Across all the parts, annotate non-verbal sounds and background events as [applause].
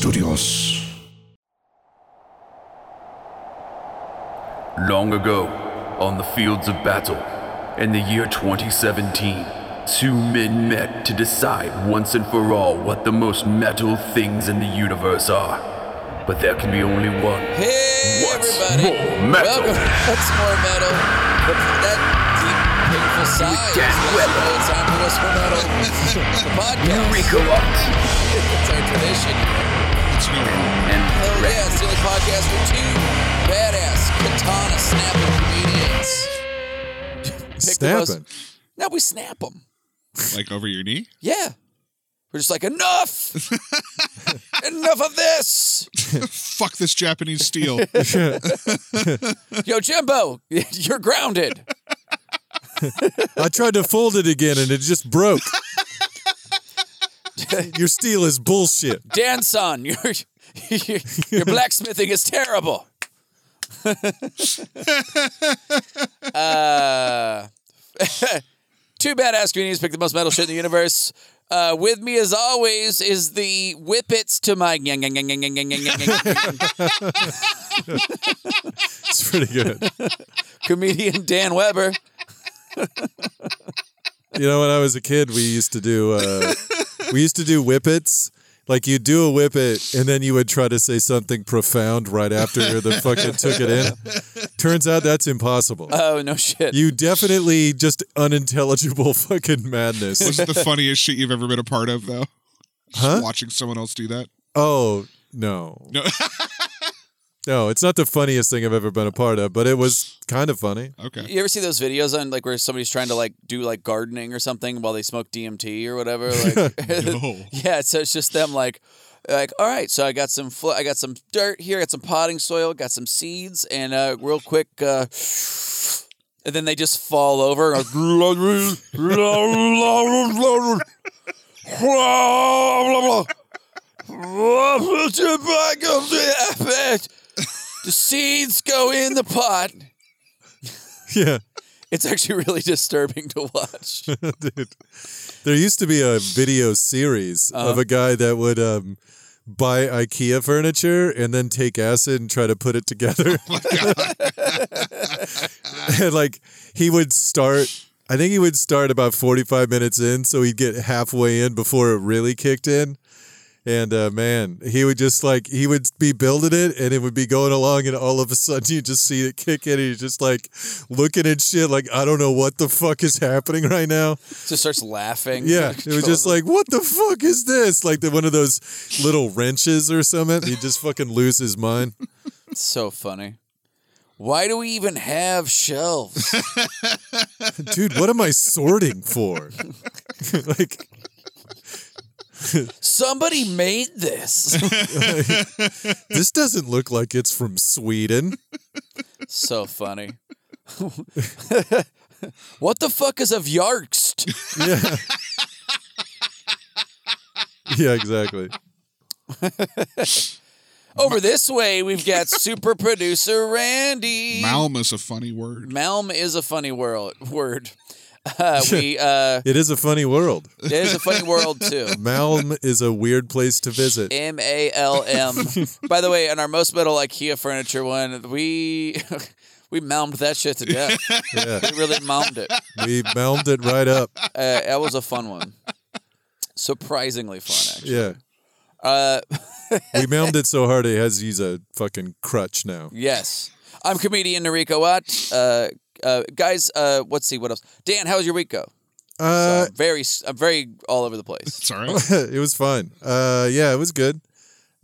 Cosmos. Long ago, on the fields of battle, in the year 2017, two men met to decide once and for all what the most metal things in the universe are. But there can be only one. Hey, What's everybody. more metal? Welcome. What's more metal? But that deep, painful sigh. is Dan what Weber. you know, It's time for What's More [laughs] Metal, the podcast. Recollect It's our tradition. and Hell yeah, it's the only podcast with two badass katana snapping comedians. Pick the Snapping. most- No, we snap them. like over your knee. Yeah. We're just [laughs] like, enough! enough of this! Fuck this Japanese [laughs] steel. Yo, Jimbo, [laughs] you're grounded. I tried to fold it again and it just broke. [laughs] Your steel is bullshit. Dan son, [laughs] your, your, your blacksmithing is terrible. [laughs] uh, [laughs] two badass comedians pick the most metal shit in the universe. Uh, with me, as always, is the whippets to my. [laughs] gang, gang, gang, gang, gang, gang, gang, gang, gang, gang. It's pretty good. comedian Dan Weber. You know, when I was a kid, we used to do uh, we used to do whippets. Like you do a whippet, and then you would try to say something profound right after the fucking took it in. Turns out that's impossible. Oh, no shit. You definitely just unintelligible fucking madness. Was it the funniest shit you've ever been a part of, though? Just Huh? Watching someone else do that. Oh no, No. no, it's not the funniest thing I've ever been a part of, but it was kind of funny. [laughs] okay. You ever see those videos on like where somebody's trying to like do like gardening or something while they smoke DMT or whatever? Like, [laughs] No. yeah, so it's just them like, like all right, so I got some fl- I got some dirt here, I got some potting soil, got some seeds, and uh, real quick, uh, and then they just fall over. and go, [laughs] The seeds go in the pot. Yeah. It's actually really disturbing to watch. [laughs] Dude, there used to be a video series of a guy that would um, buy IKEA furniture and then take acid and try to put it together. [laughs] and like he would start, I think he would start about 45 minutes in, so he'd get halfway in before it really kicked in. And uh, man, he would just like he would be building it, and it would be going along, and all of a sudden you just see it kick in, and he's just like looking at shit, like I don't know what the fuck is happening right now. Just starts laughing. [laughs] Yeah, it was just like, what the fuck is this? Like the, one of those little wrenches or something. He just fucking lose his mind. It's so funny. Why do we even have shelves? Dude, what am I sorting for? [laughs] like, Somebody made this. this doesn't look like it's from Sweden. [laughs] so funny. [laughs] what the fuck is a Yarkst? Yeah. yeah, exactly. Over this way, we've got super producer Randy. Malm is a funny word. Malm is a funny world word. Uh, we uh, It is a funny world. it is a funny world too. Malm is a weird place to visit. M A L M. By the way, on our most metal IKEA furniture one, we [laughs] we malmed that shit to death. We really malmed it. We malmed it right up. Uh, that was a fun one. Surprisingly fun, actually. Yeah. Uh, We malmed it so hard it has to use a fucking crutch now. yes. I'm comedian Nariko Watt. Uh, uh, guys, uh, let's see what else. Dan, how was your week go? Uh, I'm very, s- I'm very all over the place. [laughs] It's [laughs] [laughs] all right. it was fun. Uh, yeah, it was good.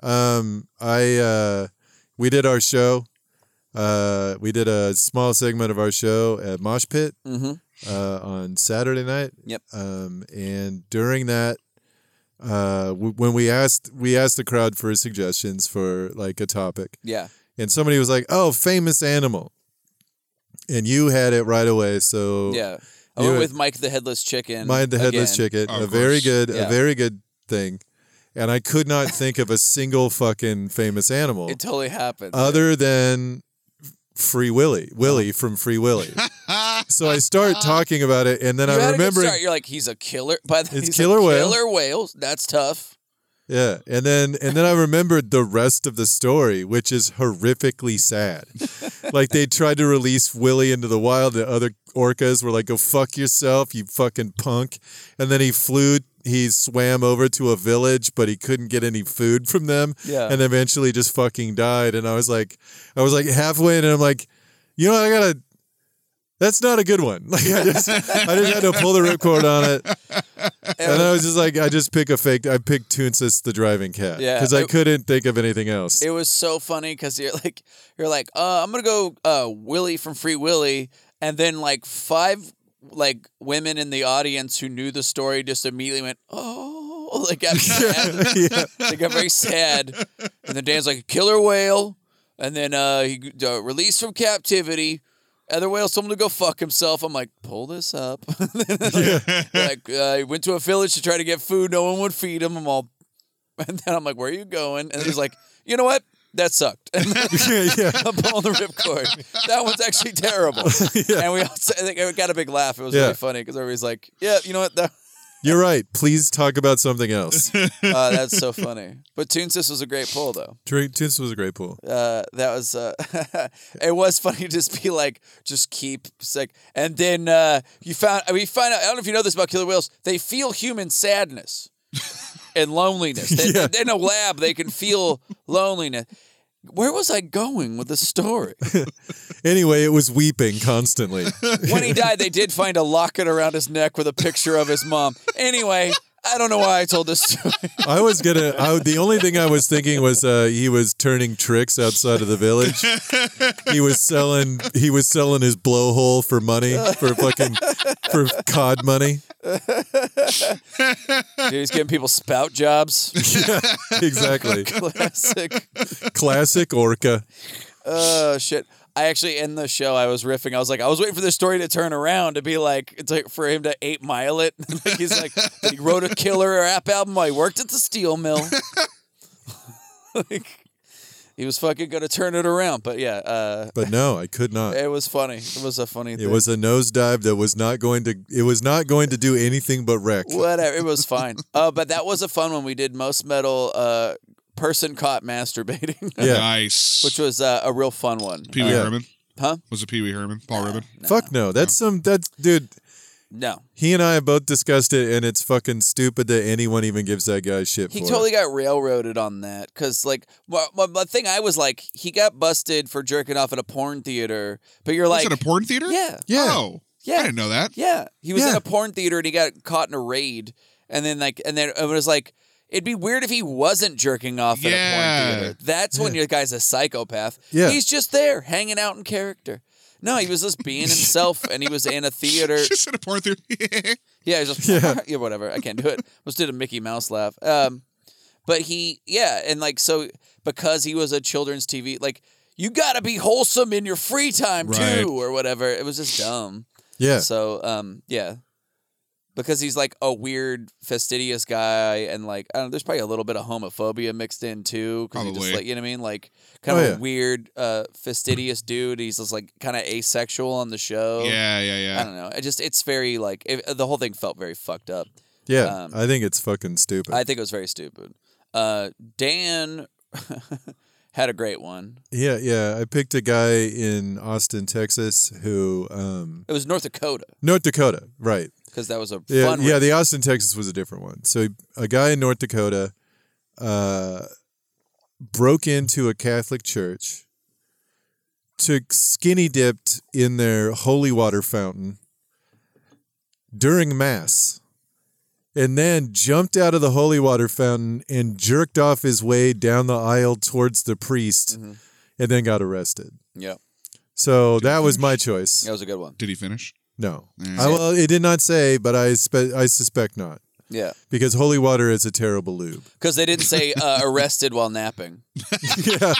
Um, I uh, we did our show. Uh, we did a small segment of our show at Mosh Pit Mm-hmm. uh, on Saturday night. Yep. Um, and during that, uh, w- when we asked we asked the crowd for suggestions for like a topic, Yeah. and somebody was like, "Oh, famous animal," and you had it right away. So Yeah. I Oh. You went were- with Mike the Headless Chicken. Mind the headless again. chicken. Of a very course. good, Yeah. a very good thing. And I could not think of a single fucking famous animal It totally happened. other than Free Willy, Oh. Willy from [laughs] Free Willy. Ah, so I start talking about it, and then you I had a good remember, start. You're like, he's a killer. By the It's he's killer a whale. Killer whale. That's tough. Yeah, and then and then I remembered the rest of the story, which is horrifically sad. like they tried to release Willie into the wild, the other orcas were like, "Go fuck yourself, you fucking punk!" And then he flew, he swam over to a village, but he couldn't get any food from them, Yeah. and eventually just fucking died. And I was like, I was like halfway, in, and I'm like, you know, what, I gotta. That's not a good one. [laughs] Like I just, I just had to pull the ripcord on it. And I was just like, I just pick a fake. I picked Toonsis the driving cat. Yeah, Because I it- couldn't think of anything else. It was so funny because you're [laughs] like, you're like, uh, I'm gonna go uh, Willie from Free Willy, and then like five like women in the audience who knew the story just immediately went, oh, [laughs] they got sad. [laughs] yeah. they got very sad, and then Dan's like, killer whale, and then uh, he uh, released from captivity. Other whale, someone to go fuck himself. I'm like, pull this up. [laughs] like, uh, he went to a village to try to get food. No one would feed him. I'm all, and then I'm like, where are you going? And he's like, you know what? That sucked. [laughs] And then yeah, yeah. I'm pulling the ripcord. That one's actually terrible. And we all said- I think it got a big laugh. It was Yeah. really funny because everybody's like, yeah, you know what? That, You're right. Please talk about something else. uh, that's so funny. But Toonsis was a great pull, though. Drink Toonsis was a great pool. Uh, that was uh, [laughs] it was funny [laughs] to just be like, just keep sick. And then uh, you found I mean, you find out. I don't know if you know this about killer whales. They feel human sadness and loneliness. They, Yeah. In a lab, they can feel loneliness. Where was I going with the story? Anyway, it was weeping constantly. When he died, they did find a locket around his neck with a picture of his mom. Anyway, I don't know why I told this story. [laughs] I was gonna. I, the only thing I was thinking was uh, he was turning tricks outside of the village. He was selling. He was selling his blowhole for money for fucking for cod money. Dude, he's giving people spout jobs. [laughs] Exactly. Classic. Classic orca. Oh shit! I actually in the show I was riffing. I was like, I was waiting for the story to turn around to be like, it's like for him to eight mile it. [laughs] like he's like, he wrote a killer rap album while he worked at the steel mill. like, he was fucking gonna turn it around, but yeah, uh, But no, I could not. it was funny. It was a funny. It was a nosedive that was not going to. It was not going to do anything but wreck. whatever. It [laughs] was fine. Uh, but that was a fun one. We did most metal. Uh, person caught masturbating, Yeah. Nice. [laughs] which was uh, a real fun one. Uh, Pee Wee Yeah. Herman? Huh? Uh, Was it Pee Wee Herman? Paul Herman? Fuck no. That's some. That's dude. No, He and I have both discussed it, and it's fucking stupid that anyone even gives that guy shit He for totally it. got railroaded on that because, like, my, my, my thing I was like, he got busted for jerking off at a porn theater, but you're Was like, it a porn theater? yeah, Yeah. Oh, Yeah. I didn't know that. [laughs] yeah, he was in Yeah. a porn theater and he got caught in a raid, and then like, and then it was like, it'd be weird if he wasn't jerking off at a Yeah. porn theater. That's when your guy's a psychopath. Yeah. he's just there hanging out in character. No, he was just being himself, and he was in a theater. Just in a porn theater. [laughs] Yeah, it was just [laughs] yeah. [laughs] Yeah. whatever. I can't do it. Just did a Mickey Mouse laugh. Um, but he, yeah, and like so because he was a children's TV, like you gotta be wholesome in your free time Right. too, or whatever. It was just dumb. Yeah. So, um, yeah, because he's like a weird fastidious guy, and like I don't know, there's probably a little bit of homophobia mixed in too. Because he just Probably. like you know what I mean, like kind of Oh, a yeah. weird uh, fastidious dude. He's just like kind of asexual on the show. yeah, yeah, Oh. I yeah. don't know. It just it's very like it, the whole thing felt very fucked up. yeah. um, I think it's fucking stupid. I think it was very stupid. Uh, Dan [laughs] had a great one. yeah. Yeah. I picked a guy in Austin, Texas, who um It was North Dakota North Dakota, right? because that was a Yeah, fun. yeah. one. The Austin, Texas was a different one. So a guy in North Dakota uh, broke into a Catholic church, took skinny dipped in their holy water fountain during mass, and then jumped out of the holy water fountain and jerked off his way down the aisle towards the priest, Mhm. and then got arrested. yeah, So that was my choice. that was a good one. Did he finish? No, Mm. I, well, it did not say, but I spe- I suspect not Yeah, because holy water is a [laughs] terrible lube. because they didn't [laughs] say uh, arrested while napping. yeah.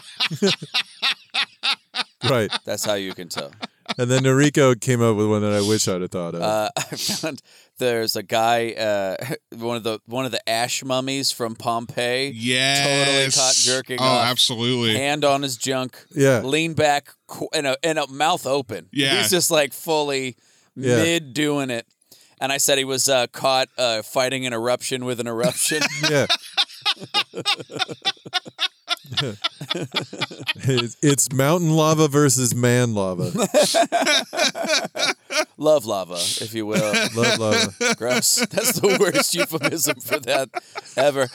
right. That's how you can tell. And then Noriko came up with one that I wish I'd have thought of. Uh, [laughs] I found there's a guy, uh, [laughs] one of the one of the ash mummies from Pompeii, Yes. caught jerking Oh, off. absolutely. hand on his junk. yeah. lean back qu- and a, and a mouth open. Yeah. he's just like fully Yeah. mid doing [laughs] [laughs] it. And I said he was uh, caught uh, fighting an eruption with an eruption. Yeah. It's, it's mountain lava versus [laughs] man lava. Love lava, if you will. [laughs] Love lava. Gross. That's the worst euphemism for that ever.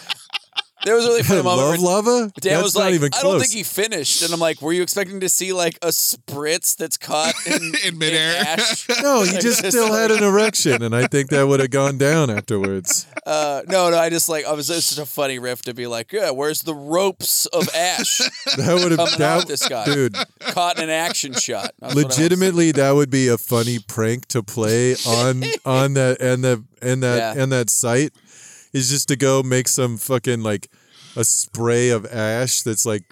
There was a really funny moment. Love where lava? Dan That's was not like, even I don't close. think he finished. And I'm like, were you expecting to see like a spritz that's caught [laughs] in, In midair. ash? [laughs] no, he Like, just just still like- had an erection, and I think that would have gone [laughs] down afterwards. Uh, no, no, I just like, I was it's just a funny riff to be like, yeah, where's the ropes of ash That would have coming out that, this guy? dude. Caught in an action shot. That's what I was- Legitimately, that would be a funny prank to play [laughs] on on that and the and that Yeah. and that site is just to go make some fucking like a spray of ash that's like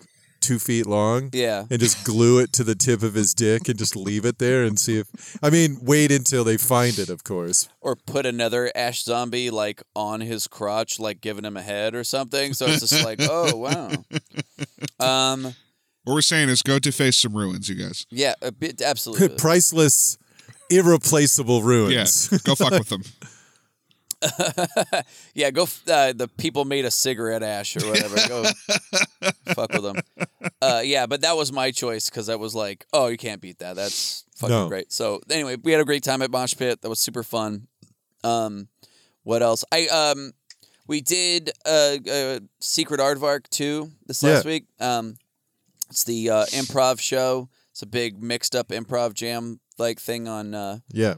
two feet long. Yeah. and just glue it to the tip of his dick and just leave it there and see if I mean wait until they find it of course Or put another ash zombie like on his crotch, like giving him a head or something. So it's just like, oh, [laughs] wow. Um, What we're saying is go to face some ruins, you guys. yeah, a bit, [laughs] absolutely. priceless irreplaceable Yeah, ruins go [laughs] fuck with them. Yeah, go. F- uh, the people made a cigarette ash or whatever. [laughs] Go fuck with them. Uh, yeah, but that was my choice because I was like, oh, you can't beat that. That's fucking No. great. So anyway, we had a great time at Mosh Pit. That was super fun. Um, what else? I um, we did uh, uh Secret Aardvark too this last Yeah. week. Um, it's the uh, improv show. It's a big mixed up improv jam like thing on uh, [laughs] yeah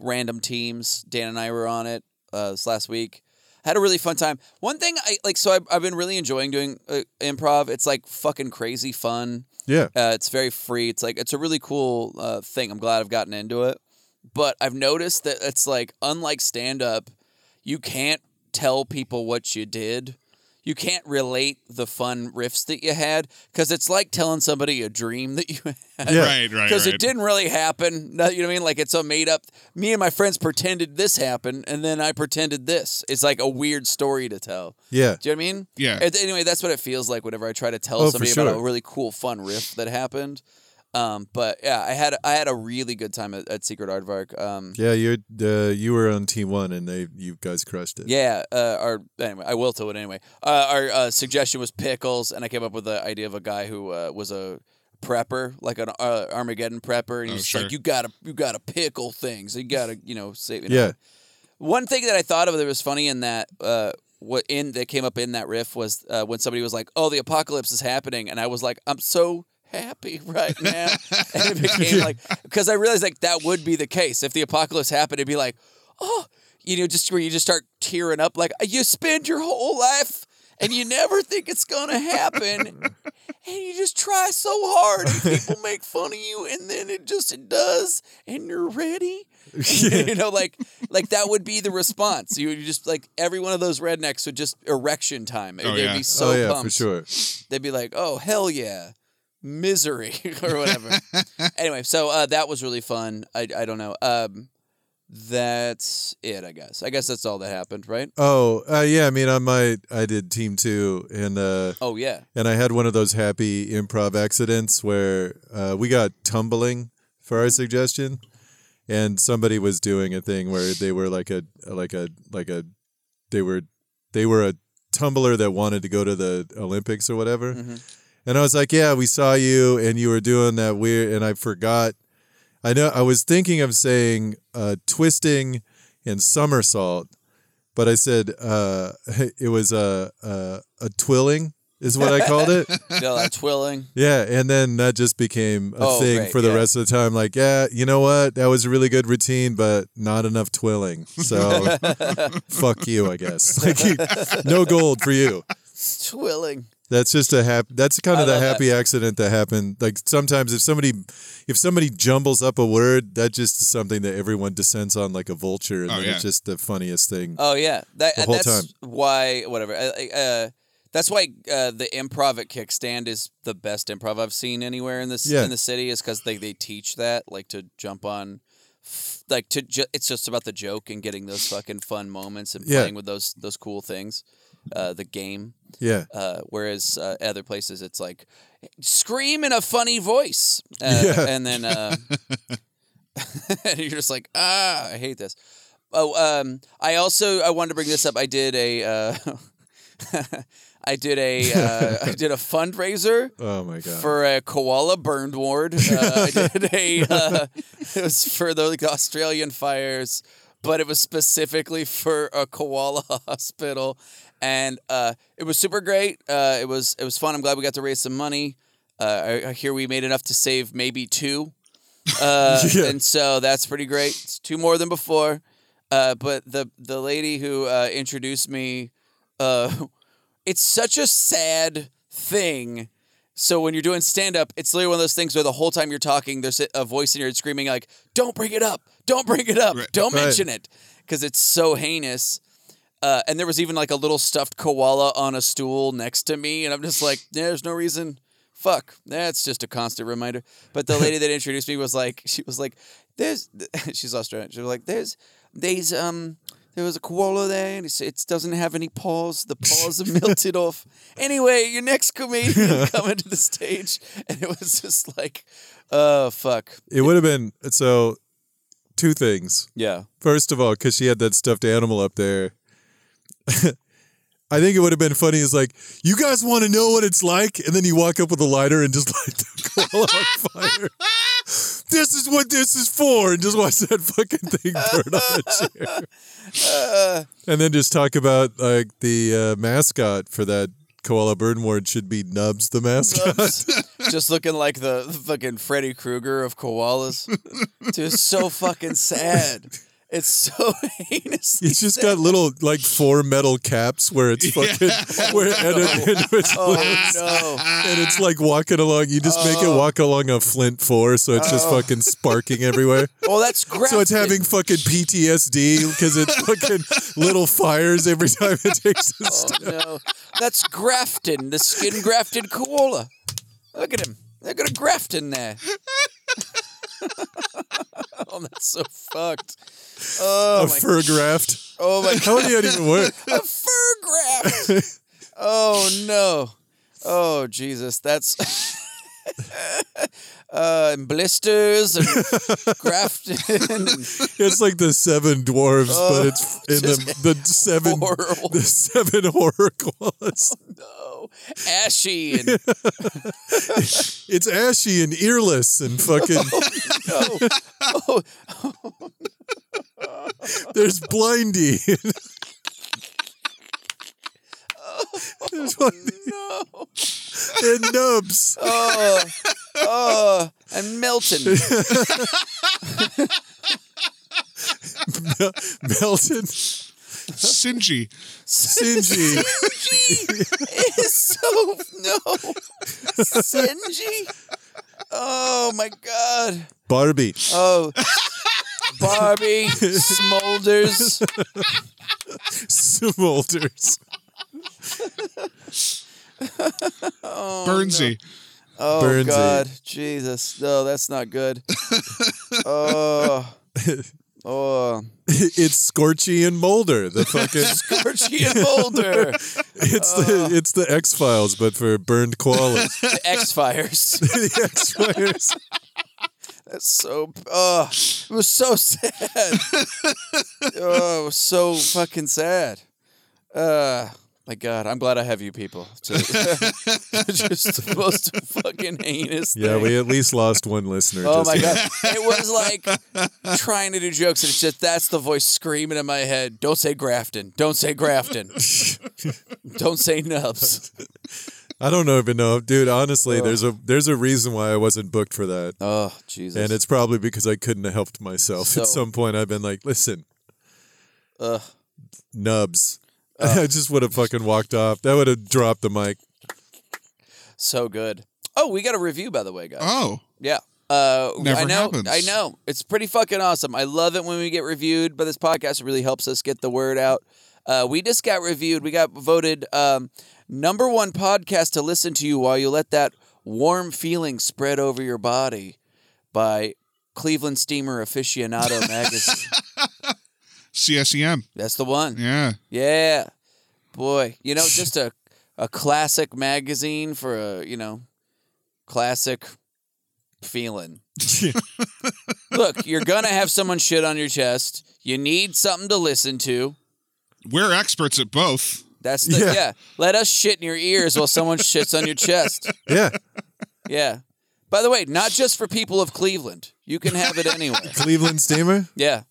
random teams. Dan and I were on it uh, this last week. Had a really fun time. One thing I like, so I've, I've been really enjoying doing uh, improv. It's like fucking crazy fun. yeah Uh, it's very free. It's like it's a really cool uh, thing. I'm glad I've gotten into it. But I've noticed that it's like unlike stand up, you can't tell people what you did. You can't relate the fun riffs that you had because it's like telling somebody a dream that you [laughs] had Yeah. Right, right. because right. it didn't really happen. No, you know what I mean? Like it's a made up. Me and my friends pretended this happened, and then I pretended this. It's like a weird story to tell. yeah Do you know what I mean? Yeah. And anyway, that's what it feels like whenever I try to tell Oh, for somebody sure. about a really cool, fun riff that happened. Um, but yeah, I had I had a really good time at, at Secret Aardvark. Um, yeah you're uh, you were on team one and they you guys crushed it yeah. Uh, our anyway, I will to it anyway. Uh, our uh, suggestion was pickles, and I came up with the idea of a guy who uh, was a prepper, like an uh, Armageddon prepper, and Oh, he's just sure. like, "You gotta, you gotta pickle things. [laughs] You gotta, you know, save." You know. yeah One thing that I thought of that was funny in that uh, what in that came up in that riff was uh, when somebody was like, "Oh, the apocalypse is happening," and I was like, "I'm so." happy [laughs] right now and [laughs] it became like because i realized like that would be the case if the apocalypse happened it'd be like oh you know just where you just start tearing up like you spend your whole life and you never think it's gonna happen and you just try so hard and [laughs] people make fun of you and then it just it does and you're [laughs] ready [laughs] you know like like that would be the response you would just like every one of those rednecks would just erection time Oh, they'd yeah. be so oh yeah pumped for sure they'd be like, "Oh hell yeah, misery [laughs] or whatever." anyway, so uh, that was really fun. I I don't know. Um, that's it, I guess. I guess that's all that happened, right? oh uh, yeah I mean on my I did team two and uh Oh yeah, and I had one of those happy improv accidents where uh, we got tumbling for our suggestion, and somebody was doing a thing where they were like a like a like a they were they were a tumbler that wanted to go to the Olympics or whatever, Mm-hmm. and I was like, yeah, we saw you, and you were doing that weird, and I forgot. I know I was thinking of saying uh, twisting and somersault, but I said uh, [laughs] it was a, a a twilling is what I [laughs] called it. no, that twilling. [laughs] Yeah, and then that just became a Oh, thing right, for the yeah. rest of the time. Like, yeah, you know what? That was a really good routine, but not enough twilling. So, [laughs] fuck you, I guess. [laughs] Like, you, no gold for you. Twilling. That's just a hap- That's kind I of the love that. happy accident that happened. Like sometimes, if somebody, if somebody jumbles up a word, that just is something that everyone descends on like a vulture, and Oh, then yeah. it's just the funniest thing. Oh yeah, that The whole that's time. why whatever. I- I- Uh, that's why uh, the improv at Kickstand is the best improv I've seen anywhere in this Yeah. in the city is because they they teach that like to jump on. f- Like to, ju- it's just about the joke and getting those fucking fun moments and Yeah. playing with those those cool things, uh, the game. yeah, Uh, whereas uh, other places, it's like scream in a funny voice, uh, Yeah. and then uh, [laughs] and you're just like, ah, I hate this. Oh, um, I also I wanted to bring this up. I did a. Uh, [laughs] I did a uh, I did a fundraiser Oh my god. for a koala burned ward. Uh, [laughs] I did a uh, [laughs] it was for the like, Australian fires, but it was specifically for a koala [laughs] hospital, and uh, it was super great. Uh, it was it was fun. I'm glad we got to raise some money. Uh, I, I hear we made enough to save maybe two, uh, [laughs] Yeah. and so that's pretty great. It's two more than before. Uh, but the the lady who uh, introduced me, uh, [laughs] it's such a sad thing. So when you're doing stand up, it's literally one of those things where the whole time you're talking, there's a- a voice in your head screaming like, "Don't bring it up! Don't bring it up! Right. Don't Right. mention it!" Because it's so heinous. Uh, and there was even like a little stuffed koala on a stool next to me, and I'm just like, "Yeah, there's no reason. Fuck, that's just a constant reminder. But the lady that introduced me was like, she was like, there's, [laughs] she's Australian. She was like, there's, there's, um, there was a koala there, and it's, it doesn't have any paws. The paws have melted off. Anyway, your next comedian coming to the stage, and it was just like, oh fuck, it would have been so two things. yeah, First of all, because she had that stuffed animal up there. [laughs] I think it would have been funny. Is like, you guys want to know what it's like, and then you walk up with a lighter and just [laughs] light the koala on fire. [laughs] This is what this is for, and just watch that fucking thing burn on a chair. and then just talk about like the uh, mascot for that koala burn ward should be Nubs the mascot. [laughs] just looking like the the fucking Freddy Krueger of koalas. Dude, it's so fucking sad. It's so [laughs] heinous. He's just got little like four metal caps where it's fucking where and, and, and it's Oh loose. no! and it's like walking along. You just make Oh. it walk along a flint floor, so it's just fucking sparking everywhere. Well, Oh, that's great. So it's having fucking PTSD because it's fucking little fires every time it takes a Oh, step. no. That's Grafton, the skin grafted koala. Look at him. Look at a Grafton there. [laughs] oh, that's so fucked. Oh, A my, fur graft. oh my How would that even work? a fur graft. oh no. Oh Jesus, that's [laughs] uh, and blisters and grafting. It's like the seven dwarves, but it's in the the seven Oh. [laughs] horrible. the seven [laughs] horror claws. no, ashy and It's ashy and earless [laughs] and fucking. no. Oh, [laughs] [laughs] There's blindy. There's blindy Oh, no. and nubs. Oh, oh, and Melton. Mel- Melton Singy. Singy. Singy is so no. Singy. Oh my god. Barbie. Oh, Barbie smolders. Smolders. Bernsey. Oh Burns it. God, Jesus! No, that's not [laughs] good. Oh, [laughs] oh, It's Scorchy and Mulder. The [laughs] fucking Archie and Mulder, it's Uh. the it's the X Files, but for burned koalas. [laughs] the X Fires. the X Files. That's so. Oh, it was so sad. Oh, it was so fucking sad. Uh, my God, I'm glad I have you people. To, [laughs] just the most fucking heinous. Yeah, thing. we at least lost one listener. Oh just my god! It was like trying to do jokes, and it's just that's the voice screaming in my head. Don't say Grafton. Don't say Grafton. Don't say Nubs. I don't even know, dude. Honestly, there's a there's a reason why I wasn't booked for that, Oh Jesus! and it's probably because I couldn't have helped myself. So- At some point, I've been like, listen, Ugh. nubs. [laughs] I just would have fucking walked off. That would have dropped the mic. so good. Oh, we got a review by the way, guys. Oh. Yeah. Uh, Never I know. happens. I know. It's pretty fucking awesome. I love it when we get reviewed by this podcast. It really helps us get the word out. Uh, we just got reviewed. We got voted um, number one podcast to listen to you while you let that warm feeling spread over your body by Cleveland [laughs] Steamer Aficionado Magazine. CSEM. That's the one. E Yeah. Yeah. Boy, you know, just a a classic magazine for a, you know, classic feeling. Look, you're going to have someone shit on your chest. You need something to listen to. We're experts at both. [laughs] That's the yeah. Yeah. Let us shit in your ears while someone shits on your chest. Yeah, Yeah. By the way, not just for people of Cleveland. You can have it anywhere. Cleveland steamer. Yeah.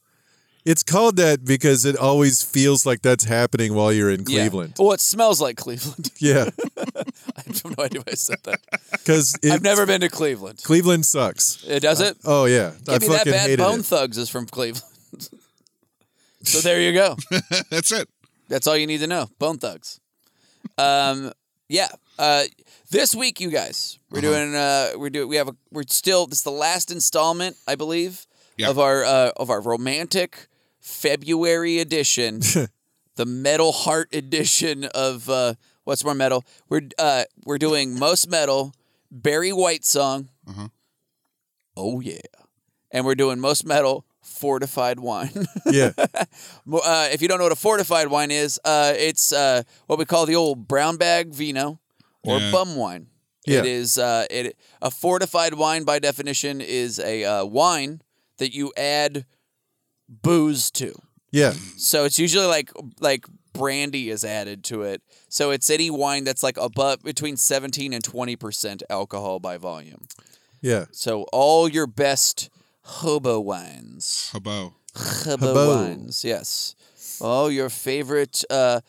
It's called that because it always feels like that's happening while you're in yeah. Cleveland. [laughs] Well, it smells like Cleveland. [laughs] Yeah, I have no idea why I said that. because I've never been to Cleveland. Cleveland sucks. It does it? Oh yeah, I Give me fucking that bad. hated Bone it. Thugs is from Cleveland. [laughs] so there you go. That's it. That's all you need to know. Bone Thugs. Um, yeah. Uh, this week, you guys, we're doing. Uh, we're doing. We have. A, we're still. This is the last installment, I believe, Yeah. of our uh, of our romantic February edition, the metal heart edition of uh, what's more metal. We're uh, we're doing most metal Barry White song. Oh yeah, and we're doing most metal fortified wine. [laughs] Yeah, Mo- uh, if you don't know what a fortified wine is, uh, it's uh, what we call the old brown bag vino or Yeah. bum wine. Yeah. It is uh, it a fortified wine by definition is a uh, wine that you add booze to. yeah, So it's usually like like brandy is added to it. So it's any wine that's like above between 17 and 20% alcohol by volume. yeah. So all your best hobo wines. Habo. Hubba Hubbo. wines, yes. Oh, your favorite. Uh,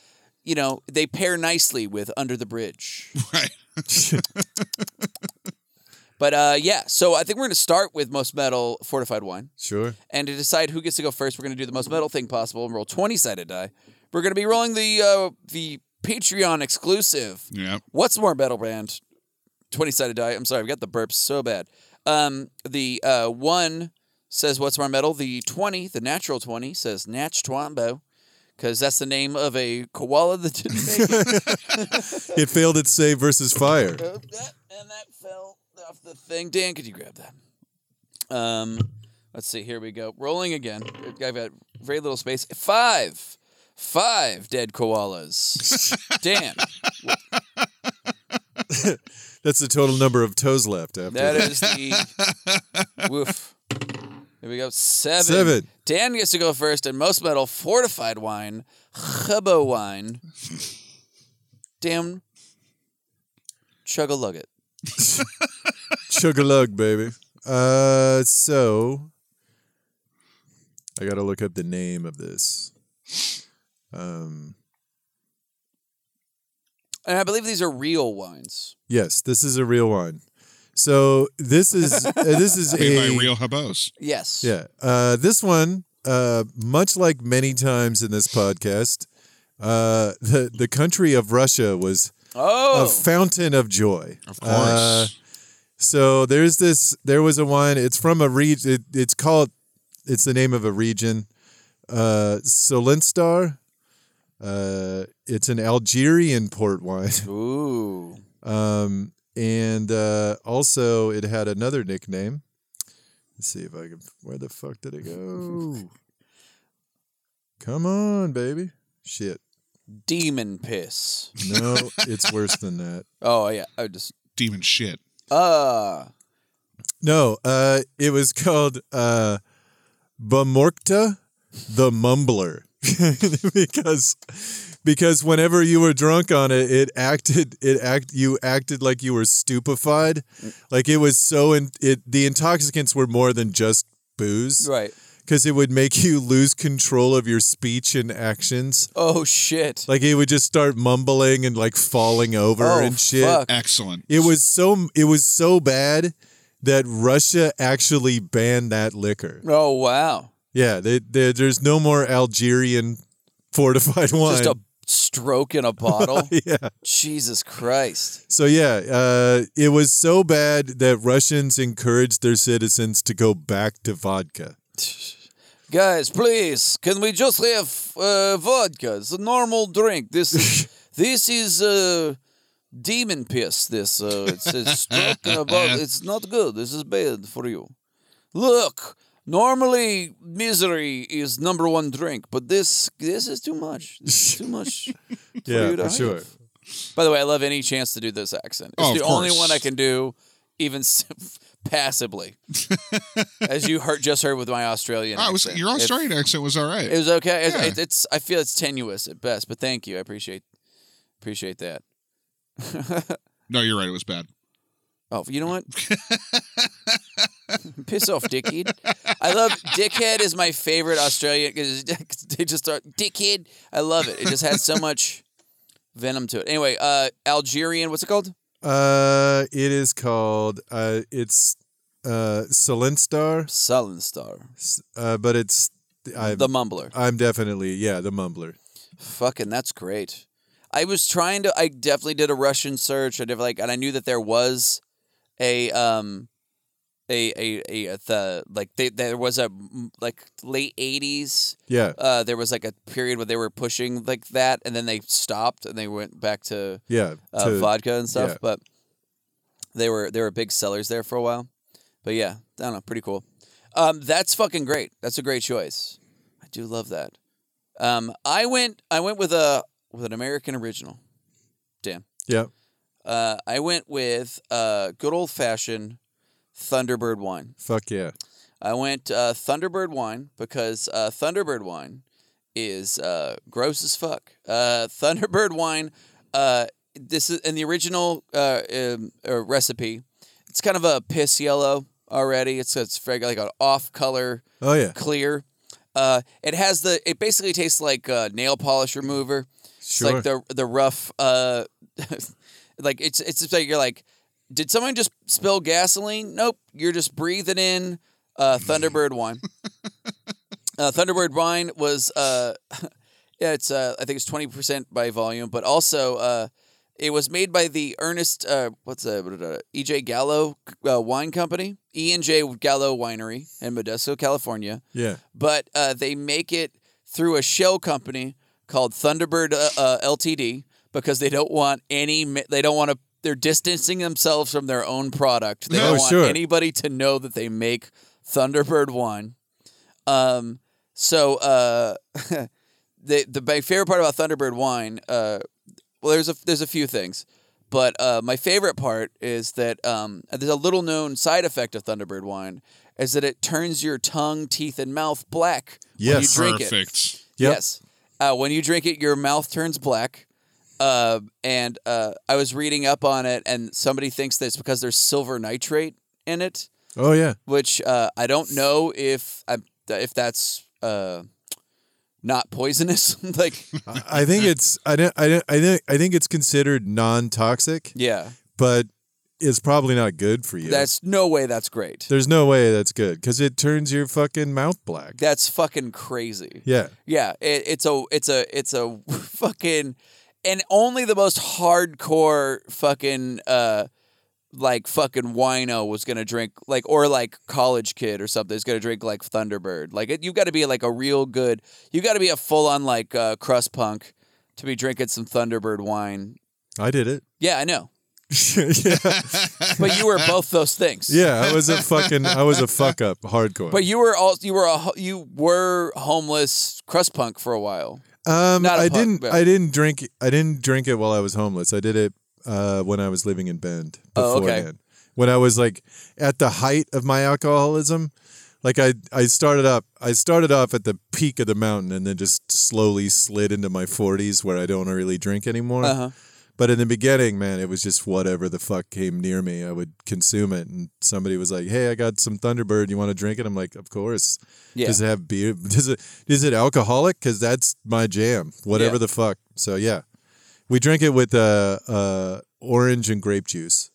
you know they pair nicely with Under the Bridge. [laughs] Right. But uh, yeah, so I think we're going to start with most metal fortified wine, Sure. and to decide who gets to go first, we're going to do the most metal thing possible and roll twenty sided die. We're going to be rolling the uh, the Patreon exclusive. Yeah. What's more metal band? Twenty sided die. I'm sorry, I've got the burps so bad. Um, the uh, one says what's more metal. The twenty, the natural twenty, says Natch Twombo, because that's the name of a koala that didn't make it. It failed its save versus fire. Oh, that- and that fell off the thing. Dan, could you grab that? Um, let's see. Here we go. Rolling again. I've got very little space. Five, five dead koalas. Dan, That's the total number of toes left after. that is the [laughs] woof. Here we go. Seven. Seven. Dan gets to go first in most metal fortified wine, Hubbo wine. Dan, chug a lug it. Sugar lug, baby. Uh, so I gotta look up the name of this. Um, And I believe these are real wines. yes, this is a real one. So this is uh, [laughs] this is Made a by real habos. Yes. yeah. Uh, this one, uh, much like many times in this podcast, uh, the the country of Russia was Oh. a fountain of joy. Of course. Uh, So there's this. There was a wine. It's from a region. It, it's called. It's the name of a region. Uh, Solinstar. Uh, it's an Algerian port wine. [laughs] Ooh. Um, and uh, also it had another nickname. Let's see if I can. Where the fuck did [laughs] it go? Come on, baby. Shit. Demon piss. No, it's worse than that. Oh yeah. I just Demon shit. uh No, uh, it was called uh, Bamorkta the Mumbler [laughs] because because whenever you were drunk on it, it acted it act you acted like you were stupefied, like it was so in it the intoxicants were more than just booze right. because it would make you lose control of your speech and actions. Oh shit. Like it would just start mumbling and like falling over oh, and shit. Fuck. Excellent. It was so it was so bad that Russia actually banned that liquor. Oh wow. Yeah, they, they, there's no more Algerian fortified wine. Just a stroke in a bottle. yeah. Jesus Christ. So yeah, uh, it was so bad that Russians encouraged their citizens to go back to vodka. Guys, please, can we just have uh, vodka? It's a normal drink. This is this is uh, demon piss. This uh, it's a stroke in a bottle. It's not good. This is bad for you. Look, normally misery is number one drink, but this this is too much. This is too much. for yeah, you to for have. sure. By the way, I love any chance to do this accent. It's Oh, of the only course. one I can do, even s- [laughs] [laughs] passably, as you heard just heard with my Australian. I Oh, was accent. your If- Australian accent was all right. it was okay. It's, Yeah. it's, it's I feel it's tenuous at best, but thank you. I appreciate Appreciate that. No, you're right. It was bad. Oh, you know [laughs] what? Piss off, dickhead. I love dickhead is my favorite Australian because [laughs] they just start dickhead. I love it. It just has so much venom to it. Anyway, uh, Algerian. What's it called? Uh, it is called. Uh, it's uh Solenstar, Sullen Star. S- uh, but it's I. The Mumbler. I'm definitely yeah the mumbler. Fucking, that's great. I was trying to. I definitely did a Russian search. I did like, and I knew that there was a um, a a a, a the like they, there was a mm, like late eighties. Yeah, Uh, there was like a period where they were pushing like that, and then they stopped and they went back to yeah. uh, to- vodka and stuff. yeah. But they were they were big sellers there for a while. But yeah, I don't know, pretty cool. Um, that's fucking great. That's a great choice. I do love that. Um, I went I went with a with an American original. Damn. yeah. Uh, I went with uh, good old fashioned Thunderbird wine. Fuck yeah. I went uh, Thunderbird wine because uh, Thunderbird wine is uh, gross as fuck. Uh, Thunderbird wine, uh, this is in the original uh, um, uh, recipe. It's kind of a piss yellow already. It's it's very, like an off color Oh yeah. clear. Uh, it has the. It basically tastes like uh, nail polish remover. Sure. It's like the the rough. Uh, [laughs] like it's it's just like you're like, did someone just spill gasoline? Nope. You're just breathing in uh, Thunderbird wine. uh, Thunderbird wine was uh, [laughs] yeah, it's uh, I think it's twenty percent by volume, but also uh, it was made by the Ernest uh, what's that? E.J. Gallo uh, Wine Company, E and J Gallo Winery in Modesto, California yeah. but uh, they make it through a shell company called Thunderbird uh, uh, Ltd. because they don't want any. mi- They don't want to. They're distancing themselves from their own product. They No, don't want sure. anybody to know that they make Thunderbird wine. Um. So uh, [laughs] the the my favorite part about Thunderbird wine. Uh, well, there's a there's a few things. But uh, my favorite part is that um, there's a little known side effect of Thunderbird wine is that it turns your tongue, teeth, and mouth black when you Yes. drink it. [laughs] Perfect. [laughs] Yep. Yes. Uh, when you drink it, your mouth turns black. Uh, and uh, I was reading up on it, and somebody thinks that it's because there's silver nitrate in it, Oh yeah. which uh, I don't know if I, if that's uh, not poisonous. [laughs] like, I I think it's I don't I don't I think I think it's considered non-toxic, yeah, but it's probably not good for you. that's no way. That's great. There's no way that's good cuz it turns your fucking mouth black. That's fucking crazy. yeah. Yeah, it, it's a it's a it's a [laughs] fucking and only the most hardcore fucking uh like fucking wino was gonna drink like or like college kid or something is gonna drink like Thunderbird. Like it, you got to be like a real good. You got to be a full on like uh, crust punk to be drinking some Thunderbird wine. I did it. [laughs] Yeah, I know, [laughs] yeah. but you were both those things. Yeah, I was a fucking I was a fuck up hardcore. But you were all you were a ho- you were homeless crust punk for a while. um not a I punk, didn't but- I didn't drink I didn't drink it while I was homeless. I did it uh when I was living in Bend Oh, okay. beforehand. When I was like at the height of my alcoholism, like I I started up I started off at the peak of the mountain and then just slowly slid into my 40s where I don't really drink anymore. Uh huh. But in the beginning, man, it was just whatever the fuck came near me, I would consume it. And somebody was like, "Hey, I got some Thunderbird. You want to drink it?" I'm like, "Of course." Yeah. Does it have beer? [laughs] Does it is it alcoholic? Because that's my jam. Whatever Yeah. the fuck. So yeah, we drink it with uh, uh, orange and grape juice.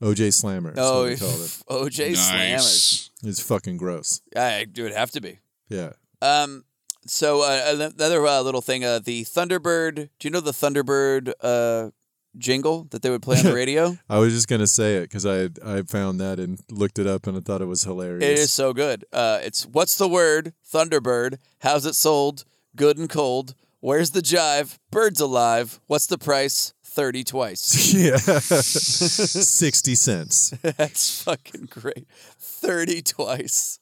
OJ Slammer. Is Oh, what we called [laughs] it. OJ Slammers. nice. It's fucking gross. I it would have to be. Yeah. Um, so uh, another uh, little thing, uh, the Thunderbird. Do you know the Thunderbird uh, jingle that they would play on [laughs] the radio? I was just gonna say it because I I found that and looked it up and I thought it was hilarious. it is so good. Uh, it's what's the word? Thunderbird. How's it sold? Good and cold. Where's the jive? Birds alive. What's the price? Thirty twice. [laughs] yeah, sixty cents. [laughs] That's fucking great. Thirty twice.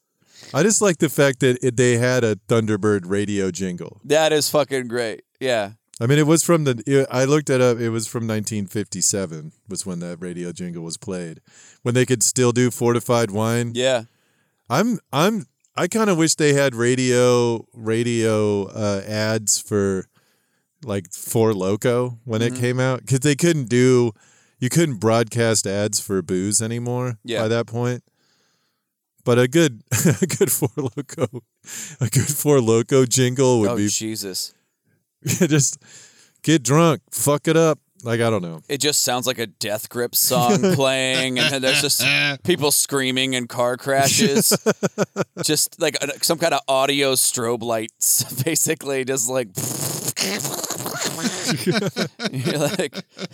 I just like the fact that it, they had a Thunderbird radio jingle. That is fucking great. Yeah. I mean, it was from the. It, I looked it up. It was from 1957. Was when that radio jingle was played, when they could still do fortified wine. Yeah. I'm. I'm. I kind of wish they had radio radio uh, ads for like for Loco when Mm-hmm. it came out because they couldn't do, you couldn't broadcast ads for booze anymore Yeah. by that point. But a good, [laughs] a good for Loco, a good for Loco jingle would oh be Jesus! [laughs] just get drunk, fuck it up. Like I don't know. It just sounds like a Death Grip song [laughs] playing, and then there's just people screaming and car [laughs] crashes. just like an- some kind of audio strobe lights, [laughs] basically. Just like. [laughs] you're like,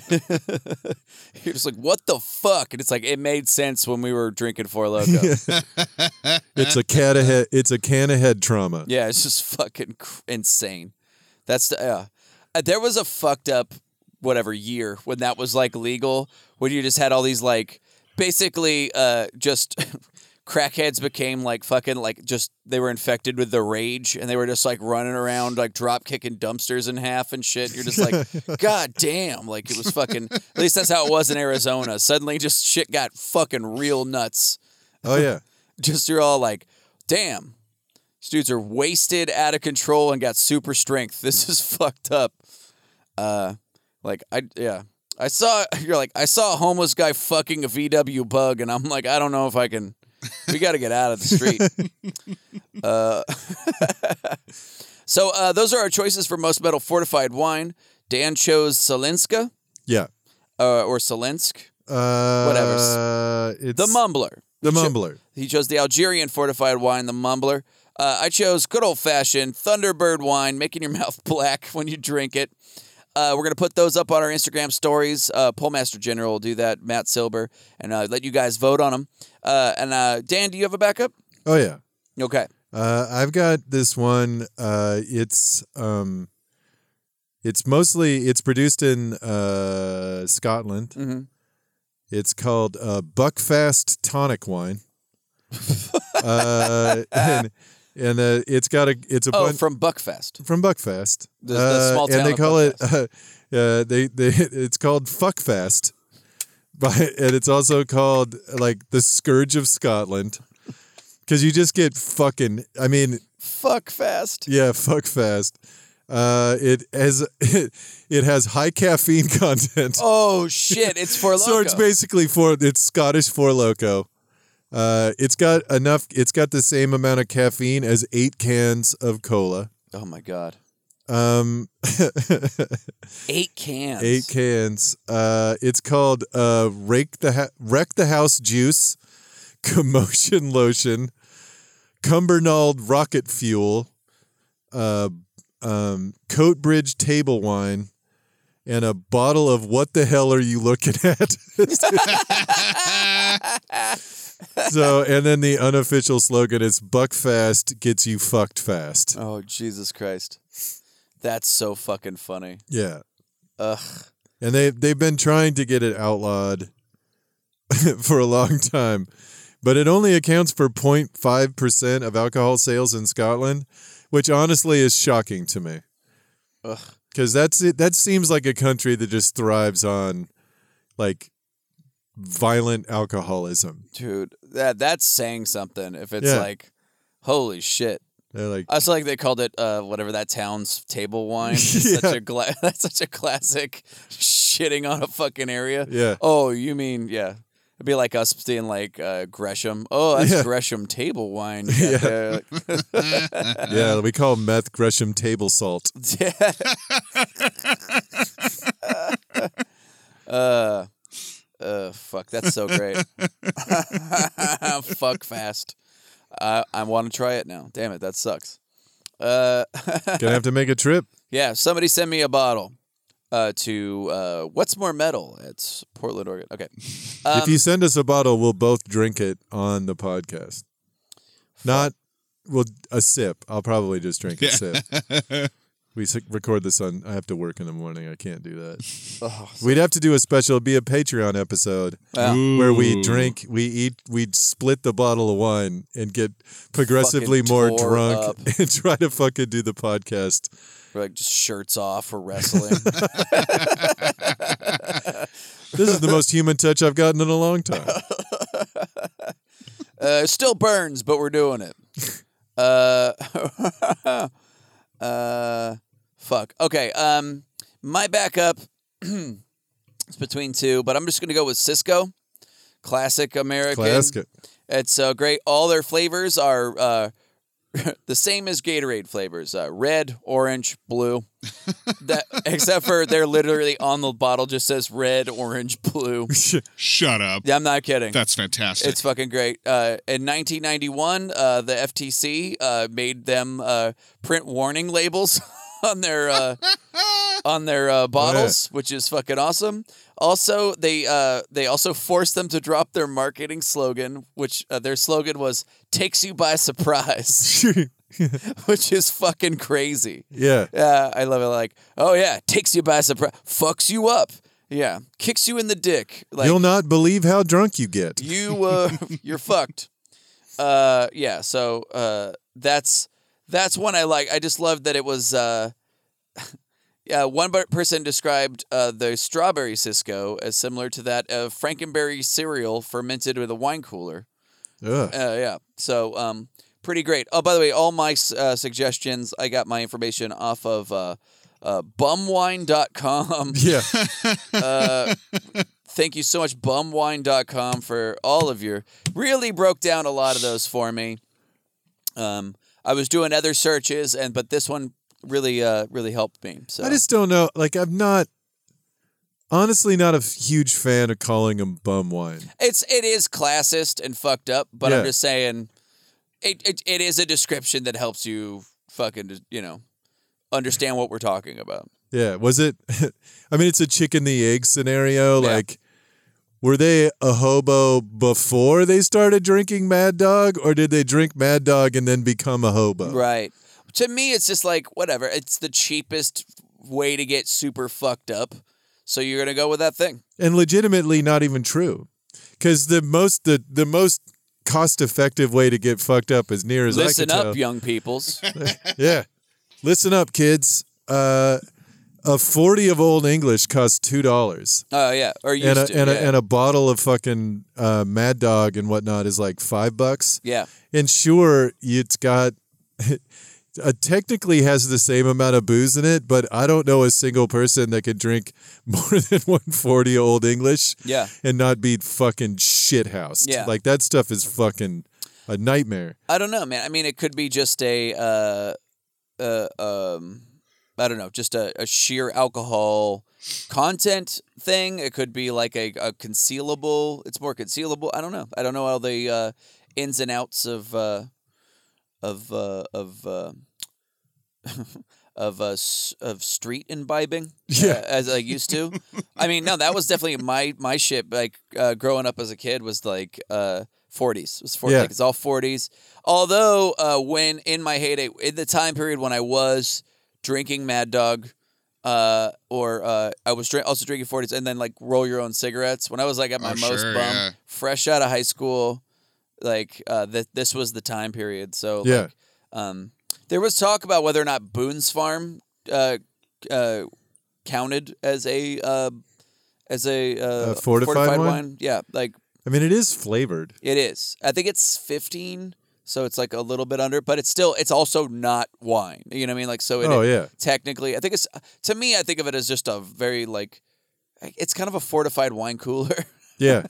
[laughs] you're just like, what the fuck? And it's like, it made sense when we were drinking Four Loco. [laughs] Yeah, It's a cat ahead. It's a can ahead trauma. it's just [laughs] fucking cr- insane. That's the, yeah. Uh, there was a fucked up whatever year when that was like legal, when you just had all these like basically uh just [laughs] crackheads became like fucking like just they were infected with the rage and they were just like running around like drop kicking dumpsters in half and shit. You're just like, God damn. Like it was fucking at least that's how it was in Arizona. Suddenly just shit got fucking real nuts. Oh yeah. just you're all like, damn, these dudes are wasted, out of control, and got super strength. This is [laughs] fucked up. Uh, like I yeah, I saw [laughs] you're like I saw a homeless guy fucking a VW bug, and I'm like I don't know if I can. We got to get out of the street. uh, [laughs] so uh, those are our choices for most metal fortified wine. Dan chose Salinska Yeah. uh, or Salinsk, Uh, [laughs] Whatever. It's the mumbler. The He cho- mumbler. He chose the Algerian fortified wine, the Mumbler. Uh, I chose good old fashioned Thunderbird wine, making your [laughs] mouth black when you drink it. Uh, we're going to put those up on our Instagram stories. Uh, Pollmaster General will do that, Matt Silber, and uh, let you guys vote on them. Uh, and uh, Dan, do you have a backup? Oh yeah. Okay. Uh, I've got this one. Uh, it's um, it's mostly it's produced in uh, Scotland. Mhm. It's called uh, Buckfast Tonic Wine. [laughs] uh, and and uh, it's got a it's a Oh, bun- from Buckfest. from Buckfast. The- the small town and they of call it [laughs] uh, uh, they they it's called Fuckfast. [laughs] But and it's also called like the scourge of Scotland. Cuz you just get fucking I mean, Fuckfest. yeah, Fuckfast. Uh it has [laughs] it, has high caffeine [laughs] content. Oh, shit. It's for [laughs] So it's Loco. basically for it's Scottish for loco. Uh, it's got enough. It's got the same amount of caffeine as eight cans of cola. Oh, my God. Um, Eight cans. eight cans. Uh, it's called uh, rake the ha- wreck the house juice, [laughs] commotion lotion, Cumbernauld rocket fuel, uh, um, Coatbridge table wine, and a bottle of what the hell are you looking at? [laughs] so, and then the unofficial slogan is "Buck fast gets you fucked fast." Oh, Jesus Christ. That's so fucking funny. Yeah. Ugh. and they they've been trying to get it outlawed [laughs] for a long time, but it only accounts for 0.5 percent of alcohol sales in Scotland, which honestly is shocking to me. Ugh. Because that's it. That seems like a country that just thrives on, like, violent alcoholism. dude that that's saying something if it's Yeah. like holy shit They're like, i also like they called it uh whatever that town's [laughs] table wine It's Yeah. such a gla- [laughs] that's such a classic shitting on a fucking area yeah, oh you mean yeah it'd be like us being like uh gresham oh that's Yeah. gresham table [laughs] wine yeah, yeah. We call meth Gresham table salt. Yeah. [laughs] uh, uh, fuck, that's so great. [laughs] fuck fast. I I want to try it now. Damn it, that sucks. Uh, [laughs] Gonna have to make a trip. yeah, somebody send me a bottle. Uh, to uh, what's more metal? It's Portland, Oregon. Okay, if you send us a bottle, we'll both drink it on the podcast. Not well, a sip. I'll probably just drink a sip. [laughs] We s- record this on. I have to work in the morning. I can't do [laughs] that. We'd have to do a special. It'd be a Patreon episode Wow. where we Uh, Ooh. drink, we eat, we'd split the bottle of wine and get progressively Fucking more tore drunk up. [laughs] and try to fucking do the podcast. we're like just shirts off or wrestling. This is the most human touch I've gotten in a [laughs] long time. Uh, it still burns, but we're doing it. [laughs] Uh, uh, Fuck. Okay. Um, my backup [clears throat] is between two, but I'm just gonna go with Cisco, classic American. Classic. [laughs] It's uh, great. All their flavors are uh, [laughs] the same as Gatorade flavors: uh, red, orange, blue. that, except for they're literally on the bottle just says red, orange, blue. Shut up. Yeah, I'm not kidding. That's fantastic. It's fucking great. Uh, in 1991, uh, the FTC uh, made them uh, print warning labels [laughs] on their uh, on their uh, bottles, which is fucking awesome. Also, they uh, they also forced them to drop their marketing slogan, which uh, their slogan was "Takes you by surprise," [laughs] which is fucking crazy. yeah. Yeah, I love it. Like, oh yeah, takes you by surprise, fucks you up. Yeah, kicks you in the dick. Like, You'll not believe how drunk you get. you uh, you're fucked. Uh, yeah. So uh, that's that's one I like. I just loved that it was. Uh, [laughs] yeah, one per- person described uh, the strawberry Cisco as similar to that of Frankenberry cereal fermented with a wine cooler. Ugh. Uh, yeah. So, um, pretty great. Oh, by the way, all my uh, suggestions, I got my information off of uh, uh, bumwine.com. Yeah. Uh, thank you so much, bumwine.com, for all of your. Really broke down a lot of those for me. Um, I was doing other searches, and but this one really, uh, really helped me. So [laughs] I just don't know. Like, I'm not, honestly, not a f- huge fan of calling them bum wine. it's it is classist and fucked up, but I'm Yeah. just saying, it, it it is a description that helps you fucking you know understand what we're talking about. Yeah. Was it? [laughs] I mean, it's a chicken the egg scenario. Yeah. Like, were they a hobo before they started drinking Mad Dog, or did they drink Mad Dog and then become a hobo? Right. To me, it's just like whatever. It's the cheapest way to get super fucked up. So you're gonna go with that thing. and legitimately not even true because the most the the most cost effective way to get fucked up as near as Listen I up, can tell young peoples. yeah listen up kids uh a 40 of old english costs two dollars Oh yeah, [laughs] or used and a, to. and, yeah. a, and a bottle of fucking uh, mad dog and whatnot is like five bucks yeah, and sure it's got [laughs] uh, technically has the same amount of booze in it but i don't know a single person that could drink [laughs] more than 140 old english yeah. and not be fucking shithoused. Yeah. Like that stuff is fucking a nightmare. I don't know, man. I mean, it could be just a, uh, uh, um, I don't know, just a, a sheer alcohol content thing. It could be like a, a concealable. It's more concealable. I don't know. I don't know all the uh, ins and outs of uh, of uh, of. Uh, [laughs] Of uh, s- of street imbibing, Yeah. uh, as I used to. I mean, no, that was definitely my my shit. Like uh, growing up as a kid was like uh, 40s. It was 40s. Yeah. Like, it's all 40s. Although uh, when in my heyday, in the time period when I was drinking Mad Dog, uh, or uh, I was drink- also drinking 40s, and then like roll your own cigarettes. When I was like at my Oh, most sure, bum, yeah. fresh out of high school, like uh, th- this was the time period. So Yeah. um, there was talk about whether or not Boone's Farm uh, uh, counted as a uh, as a uh, A fortified one? Yeah, like I mean, it is flavored. it is. I think it's fifteen, so it's like a little bit under, but it's still it's also not wine. You know what I mean? Like so. It, oh yeah. Technically, I think it's to me. I think of it as just a very like it's kind of a fortified wine cooler. [laughs] Yeah.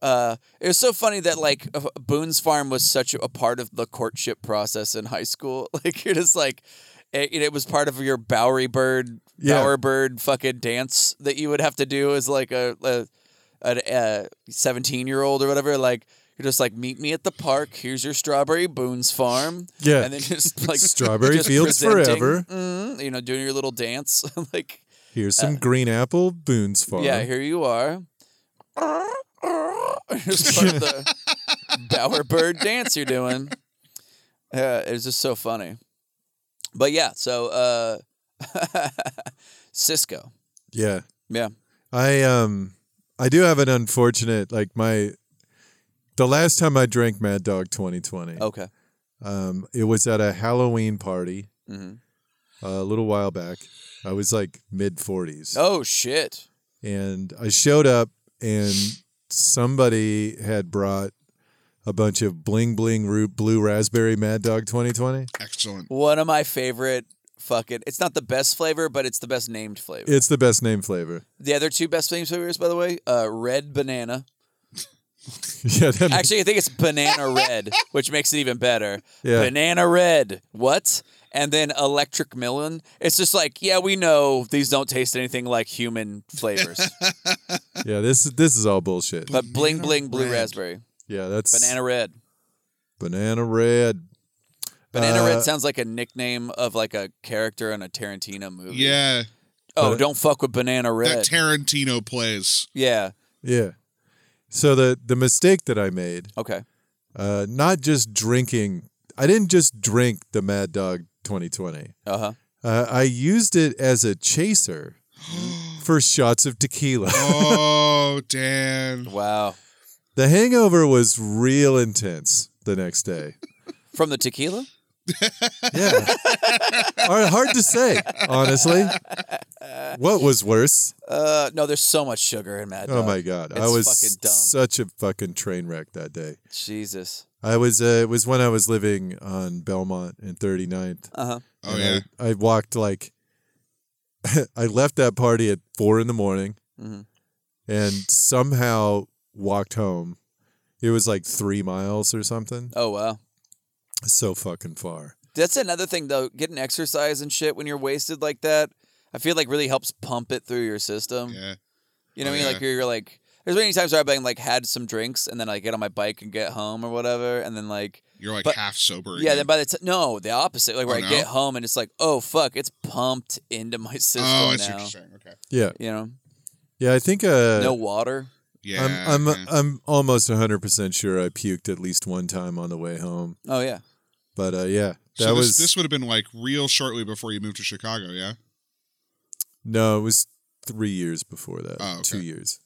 uh, it was so funny that like uh, Boone's Farm was such a part of the courtship process in high school. [laughs] Like you're just like, it, it was part of your Bowery Bird, Yeah. Bowery Bird fucking dance that you would have to do as like a, a an uh, 17 year old or whatever. Like you're just like, meet me at the park. Here's your strawberry Boone's Farm. Yeah. and then just like [laughs] Strawberry [laughs] just fields presenting, forever. mhm, you know, doing your little dance. [laughs] like Here's some green apple Boone's farm. Uh, yeah, here you are. [laughs] It's part of the bowerbird dance you're doing. Uh, it was just so funny. But yeah, so uh, [laughs] Cisco. yeah. Yeah. I um I do have an unfortunate like my the last time I drank Mad Dog 2020. Okay. Um it was at a Halloween party uh, hmm a little while back. I was like mid 40s. Oh shit. and I showed up and somebody had brought a bunch of bling bling root blue raspberry mad dog 2020 Excellent. One of my favorite fucking. It's not the best flavor, but it's the best named flavor. It's the best name flavor. [laughs] the other two best named flavors, by the way, uh, red banana. yeah, that makes- Actually, I think it's banana red, which makes it even better. Yeah. Banana red. What? And then electric melon. It's just like, yeah, we know these don't taste anything like human [laughs] flavors, yeah. This is this is all bullshit. but bling Banana bling blue red. raspberry, Yeah, that's banana red. banana red. Banana Uh, red sounds like a nickname of like a character in a Tarantino movie. Yeah, Oh, But- don't fuck with banana red. that Tarantino plays. yeah. Yeah. So the the mistake that I made, Okay. uh, not just drinking. I didn't just drink the Mad Dog 2020. Uh huh. Uh, I used it as a chaser for shots of tequila. Oh, [laughs] Dan. Wow. the hangover was real intense the next day. From the tequila? Yeah. All right, [laughs] hard to say, honestly. What was worse? Uh, no, there's so much sugar in Mad Oh Dog. my god. I It's was fucking dumb. such a fucking train wreck that day. Jesus. I was uh, it was when I was living on Belmont and 39th. Uh huh. Oh and yeah. I, I walked like [laughs] I left that party at four in the morning Mhm. and somehow walked home. It was like three miles or something. Oh wow. So fucking far. That's another thing though. Getting exercise and shit when you're wasted like that, I feel like really helps pump it through your system. Yeah. You know what I Oh, mean? yeah. Like you're, you're like. There's many times where I've been like had some drinks and then I get on my bike and get home or whatever and then like You're like But- half sober. yeah again. then by the time no the opposite like where Oh, I no? get home and it's like oh fuck it's pumped into my [laughs] system Oh, I see what now you're saying. Okay. Yeah. you know Yeah, I think uh no water Yeah. I'm uh, I'm yeah. I'm almost 100% sure I puked at least one time on the way home. oh yeah But uh yeah, that so this, was this would have been like real shortly before you moved to Chicago, yeah? No, it was 3 years before that. Oh, okay. 2 years.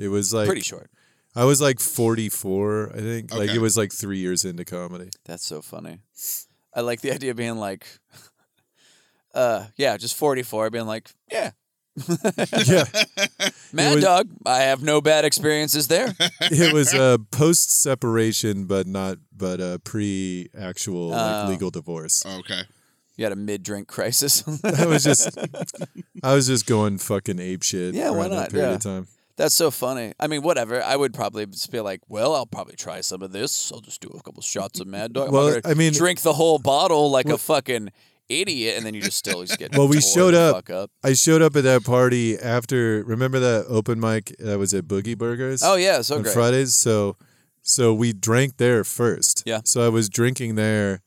It was like pretty short I was like 44, I think. Like Okay. it was like 3 years [laughs] into comedy. That's so funny. I like the [laughs] idea of being like, uh, yeah, just 44, being like, yeah, yeah. Mad was- Dog, I have no bad experiences [laughs] there. it was uh, post separation, but not but uh, pre actual like Oh. legal divorce. Okay. You had a mid drink crisis. [laughs] I was just I was just going fucking ape shit. Yeah, why around that not? Period Yeah. of time. That's so funny. I mean, whatever. I would probably just be like, well, I'll probably try some of this. I'll just do a couple shots of Mad Dog. I'm not Well, gonna I mean- drink the whole bottle like a fucking idiot, and then you just still just get Well, we tore showed the up. Fuck up. I showed up at that party after. Remember that open mic that was at Boogie Burgers? Oh yeah, so on great. Fridays. So so we drank there first. Yeah. So I was drinking there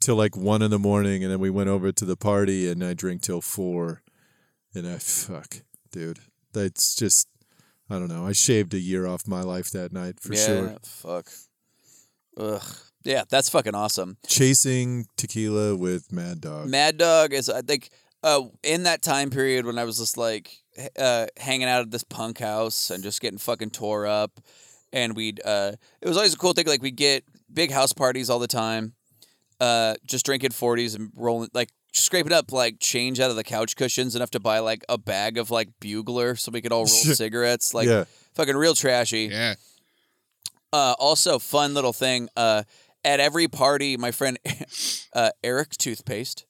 till like one in the morning, and then we went over to the party, and I drank till four. And I fuck, dude, that's just I don't know. I shaved a year off my life that night for yeah, sure. fuck. Ugh. Yeah, that's fucking awesome. Chasing tequila with Mad Dog. Mad Dog is, I think, uh, in that time period when I was just like h- uh, hanging out at this punk house and just getting fucking tore up. And we'd, uh, it was always a cool thing. Like, we'd get big house parties all the time, uh, just drinking 40s and rolling, like, scraping up like change out of the couch cushions enough to buy like a bag of like bugler so we could all roll cigarettes. Like, yeah, fucking real trashy. Yeah. Uh, also, fun little thing. Uh, at every party, my friend [laughs] uh, Eric Toothpaste,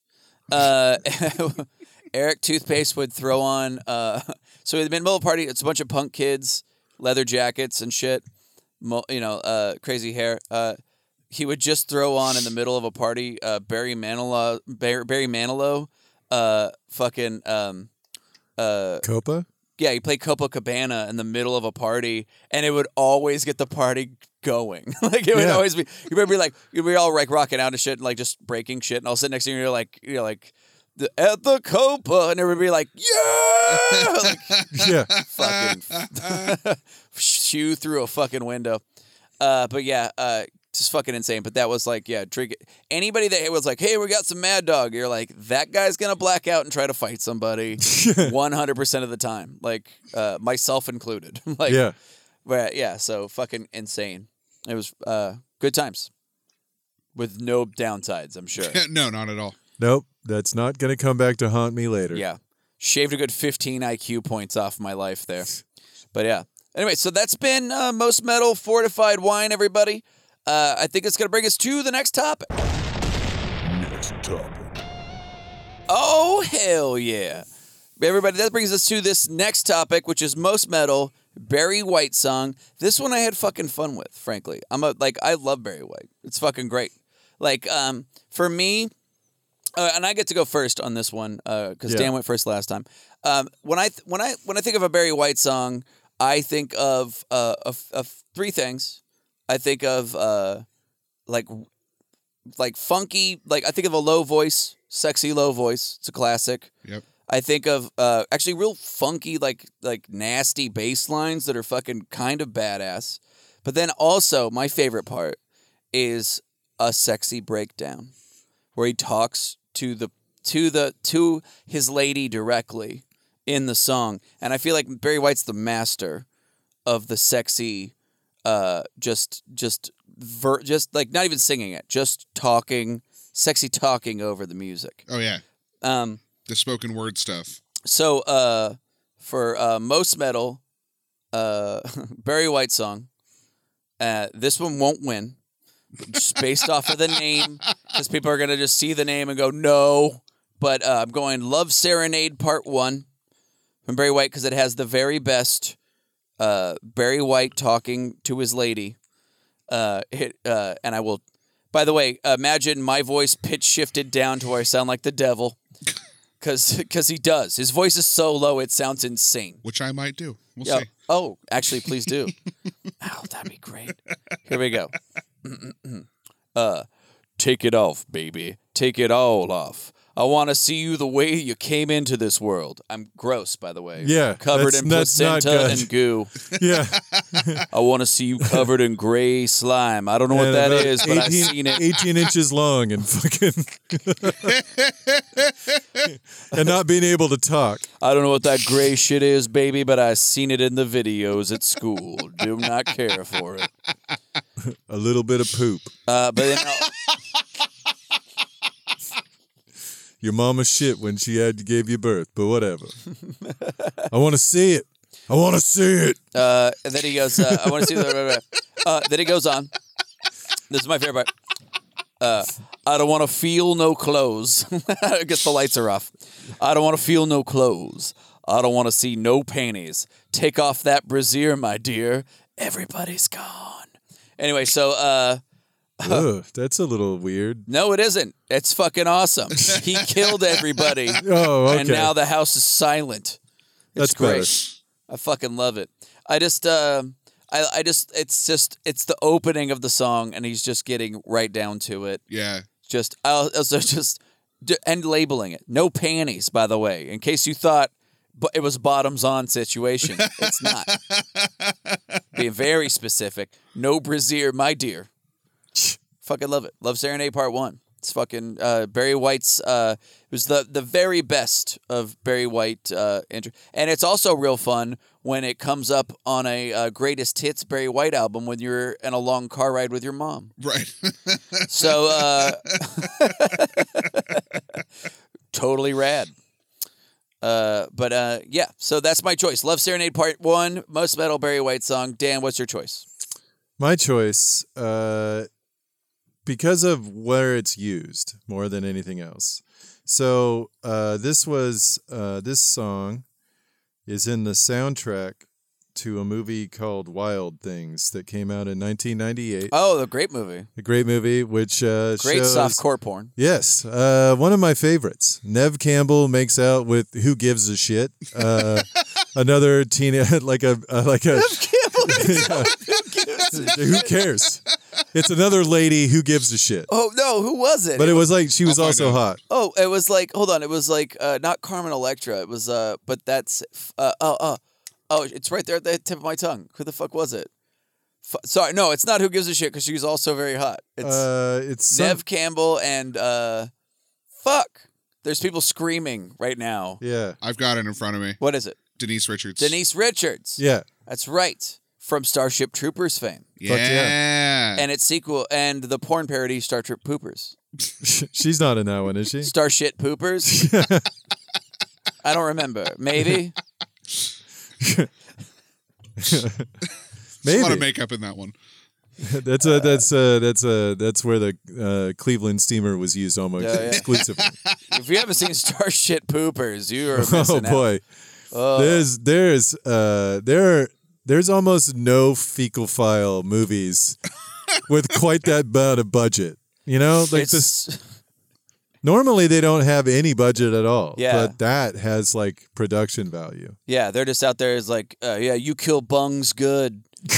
uh, [laughs] Eric Toothpaste would throw on. Uh, [laughs] so in the middle of a party, it's a bunch of punk kids, leather jackets and shit, mo- you know, uh, crazy hair. Uh, he would just throw on in the middle of a party uh, Barry Manilow, Barry, Barry Manilow, uh, fucking. Um, uh, [laughs] Copa. yeah, you play Copacabana in the middle of a party, and it would always get the party going. [laughs] like it would Yeah. always be. You would be like you'd be all like rocking out and shit, and like just breaking shit, and all of a sudden next thing you're like you're like the, at the Copa, and everybody be like yeah, [laughs] like Yeah, fucking [laughs] shoe through a fucking window. Uh, but yeah, uh, just fucking insane. But that was like yeah, drink it. Anybody that was like, hey, we got some Mad Dog, you're like that guy's gonna black out and try to fight somebody. One hundred percent of the time, like uh, myself included. [laughs] like, yeah. but yeah. So fucking insane. It was uh, good times, with no downsides. [laughs] I'm sure. no, not at all. Nope, that's not gonna come back to haunt me later. yeah, shaved a good fifteen IQ points off my life there. But yeah. Anyway, so that's been uh, most metal fortified wine, everybody. Uh, I think it's gonna bring us to the next topic. Next topic. Oh hell yeah, everybody! That brings us to this next topic, which is most metal Barry White song. This one I had fucking fun with, frankly. I'm a like I love Barry White. It's fucking great. Like um for me, uh, and I get to go first on this one because Yeah. Dan went first last time. Um, when I th- when I when I think of a Barry White song, I think of uh of, of three things. I think of uh like like funky like I think of a low voice, sexy low voice. It's a classic. Yep. I think of uh, actually real funky, like like nasty bass lines that are fucking kind of badass. But then also my favorite part is a sexy breakdown where he talks to the to the to his lady directly in the song, and I feel like Barry White's the master of the sexy, uh, just just ver- just like not even singing it, just talking, sexy talking over the music. Oh yeah, Um, the spoken word stuff. so uh for uh most metal uh [laughs] Barry White song uh this one won't win just based off of the name cuz people are going to just see the name and go no but uh, I'm going Love Serenade Part 1 from Barry White cuz it has the very best uh Barry White talking to his lady uh hit uh and I will by the way imagine my voice pitch shifted down to where I sound like the devil Cause, [laughs] cause he does. His voice is so low it sounds insane. which I might do. We'll Yeah. see. Oh, actually, please [laughs] do. oh, that'd be great. Here we go. Mm-mm-mm. uh, take it off, baby. Take it all off. I want to see you the way you came into this world. I'm gross, by the way. Yeah, covered that's- in that's not placenta good. and goo. [laughs] Yeah. I want to see you covered in gray slime. I don't know what And that about is, but I've seen it. 18 inches long and fucking. [laughs] and not being able to talk. I don't know what that gray shit is, baby, but I seen it in the videos at school. Do not care for it. A little bit of poop. Uh, but then Your mama shit when she had gave you birth, but whatever. I want to see it. I want to [laughs] see it. Uh, and then he goes, uh, I want to see the. Uh, then he goes on. This is my favorite part. Uh, I don't want to feel no clothes. [laughs] I guess the lights are off. I don't want to feel no clothes. I don't want to see no panties. Take off that brassiere, my dear. Everybody's gone. Anyway, so uh, Ugh, that's a little weird. no, it isn't. It's fucking awesome. He killed everybody, Oh, okay. and now the house is silent. that's It's great. better. I fucking love it. I just, uh, I, I just, it's just, it's the opening of the song, and he's just getting right down to it. Yeah. [laughs] Just, I also [laughs] just, d- and labeling it. No panties, by the way, in case you thought but it was bottoms on situation. It's not. Being very specific. No brassiere, my dear. fucking love it. Love Serenade Part One. It's fucking uh, Barry White's. Uh, it was the the very best of Barry White. Uh, intro. And it's also real fun when it comes up on a uh, greatest hits Barry White album when you're in a long car ride with your mom. Right. [laughs] So uh [laughs] totally rad. Uh but uh yeah, so that's my choice. Love Serenade Part 1, most metal Barry White song. Dan, what's your choice? My choice, uh, because of where it's used more than anything else. So uh, this was uh, this song is in the soundtrack to a movie called Wild Things that came out in 1998. Oh, the great movie. A great movie, which uh, Great shows, soft core [laughs] porn. Yes, uh, one of my favorites. Nev Campbell makes out with who gives a shit. Uh, another teen, [laughs] like a uh, [laughs] like a. who cares? It's another lady who gives a shit. Oh no, who was it? But it was like she was I'll find also out. hot. oh, it was like hold on, it was like uh not Carmen Electra. It was uh but that's uh oh oh oh it's right there at the tip of my tongue. Who the fuck was it? F- Sorry, no, it's not who gives a shit because she's also very hot. It's Uh, it's some- Nev Campbell and uh, fuck. There's people screaming right now. yeah, I've got it in front of me. What is it? Denise Richards. Denise Richards. yeah, [laughs] That's right. From Starship Troopers fame. Yeah. And its sequel and the porn parody Starship Poopers. she's not in that one, is she? Starship [laughs] Poopers? I don't remember. Maybe. There's a lot Maybe. of makeup in that one. That's uh, a that's a that's a that's where the uh, Cleveland steamer was used almost Yeah, yeah. exclusively. [laughs] If you haven't seen Star Shit Poopers, you are missing [laughs] oh boy, out. Oh, there's there's uh there there's almost no fecal file movies with quite that amount of budget. You know, like it's- this. Normally they don't have any budget at all. Yeah. but that has like production value. Yeah, they're just out there is like, uh, yeah, you kill bungs good. [laughs]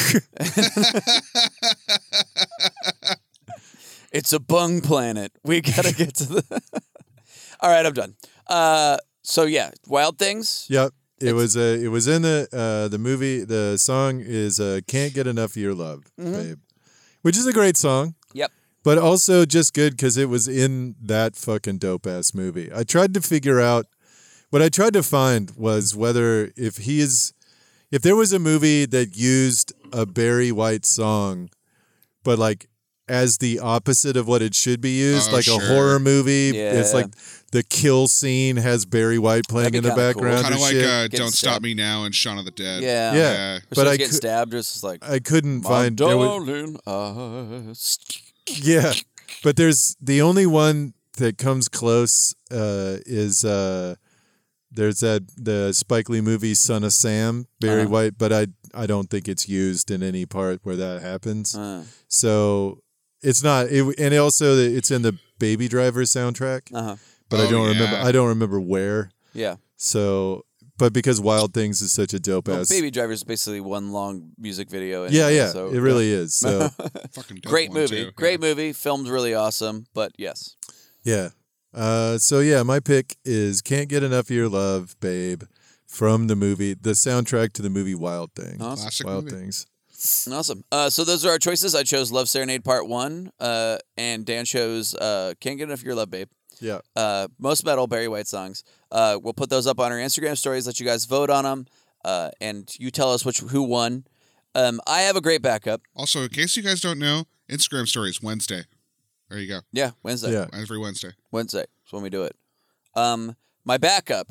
it's a bung planet. We gotta get to the. [laughs] All right, I'm done. Uh, so yeah, Wild Things. Yep. It was uh, it was in the uh, the movie. The song is uh, "Can't Get Enough of Your Love," babe, which is a great song, Mm-hmm. Yep. but also just good because it was in that fucking dope ass movie. I tried to figure out what I tried to find was whether if he is if there was a movie that used a Barry White song, but like as the opposite of what it should be used, Oh, like sure. a horror movie. It's Uh, Yeah. like the kill scene has Barry White playing be in the kinda cool. background. Kind and of like shit. uh, Get Don't Stop stabbed. Me Now and Shaun of the Dead. Yeah. Yeah, Yeah. but I get cou- stabbed, just is uh, like. I couldn't My find. There was, darling eyes. yeah, but there's the only one that comes close uh, is uh, there's that the Spike Lee movie Son of Sam Barry Uh-huh. White, but I I don't think it's used in any part where that happens. Uh, So it's not. It, and also it's in the Baby Driver soundtrack, uh-huh. but I Oh, don't remember. yeah. I don't remember where. Yeah. So, but because Wild Things is such a dope Well, ass. Baby Driver is basically one long music video. yeah, anyway, yeah, so- it really [laughs] is. So, Fucking dope Great one, movie. too. Great movie. Filmed really awesome. But yes. Yeah. Uh, so yeah, my pick is "Can't Get Enough of Your Love, Babe" from the movie, the soundtrack to the movie Wild Thing. Awesome. Classic Wild movie. Things. Awesome. Uh, so those are our choices. I chose Love Serenade Part One, uh, and Dan chose uh, Can't Get Enough of Your Love, Babe. Yeah. Uh, most metal Barry White songs. Uh, we'll put those up on our Instagram stories. Let you guys vote on them, uh, and you tell us which who won. Um, I have a great backup. Also, in case you guys don't know, Instagram stories Wednesday. There you go. Yeah, Wednesday. Yeah. Every Wednesday. Wednesday is when we do it. Um, my backup,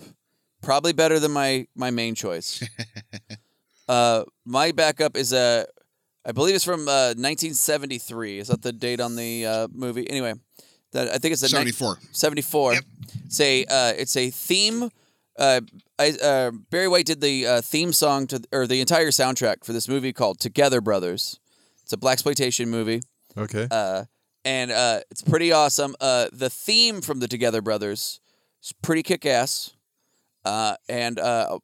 probably better than my my main choice. uh, my backup is a, I believe it's from uh, 1973. Is that the date on the uh, movie? Anyway, that I think it's the nin- 74. 74. It's a uh, it's a theme. Uh, I, uh, Barry White did the uh, theme song to or the entire soundtrack for this movie called Together Brothers. It's a black exploitation movie [laughs] Okay. uh, and uh, it's pretty awesome. Uh, the theme from the Together Brothers is pretty kick ass, uh, and uh,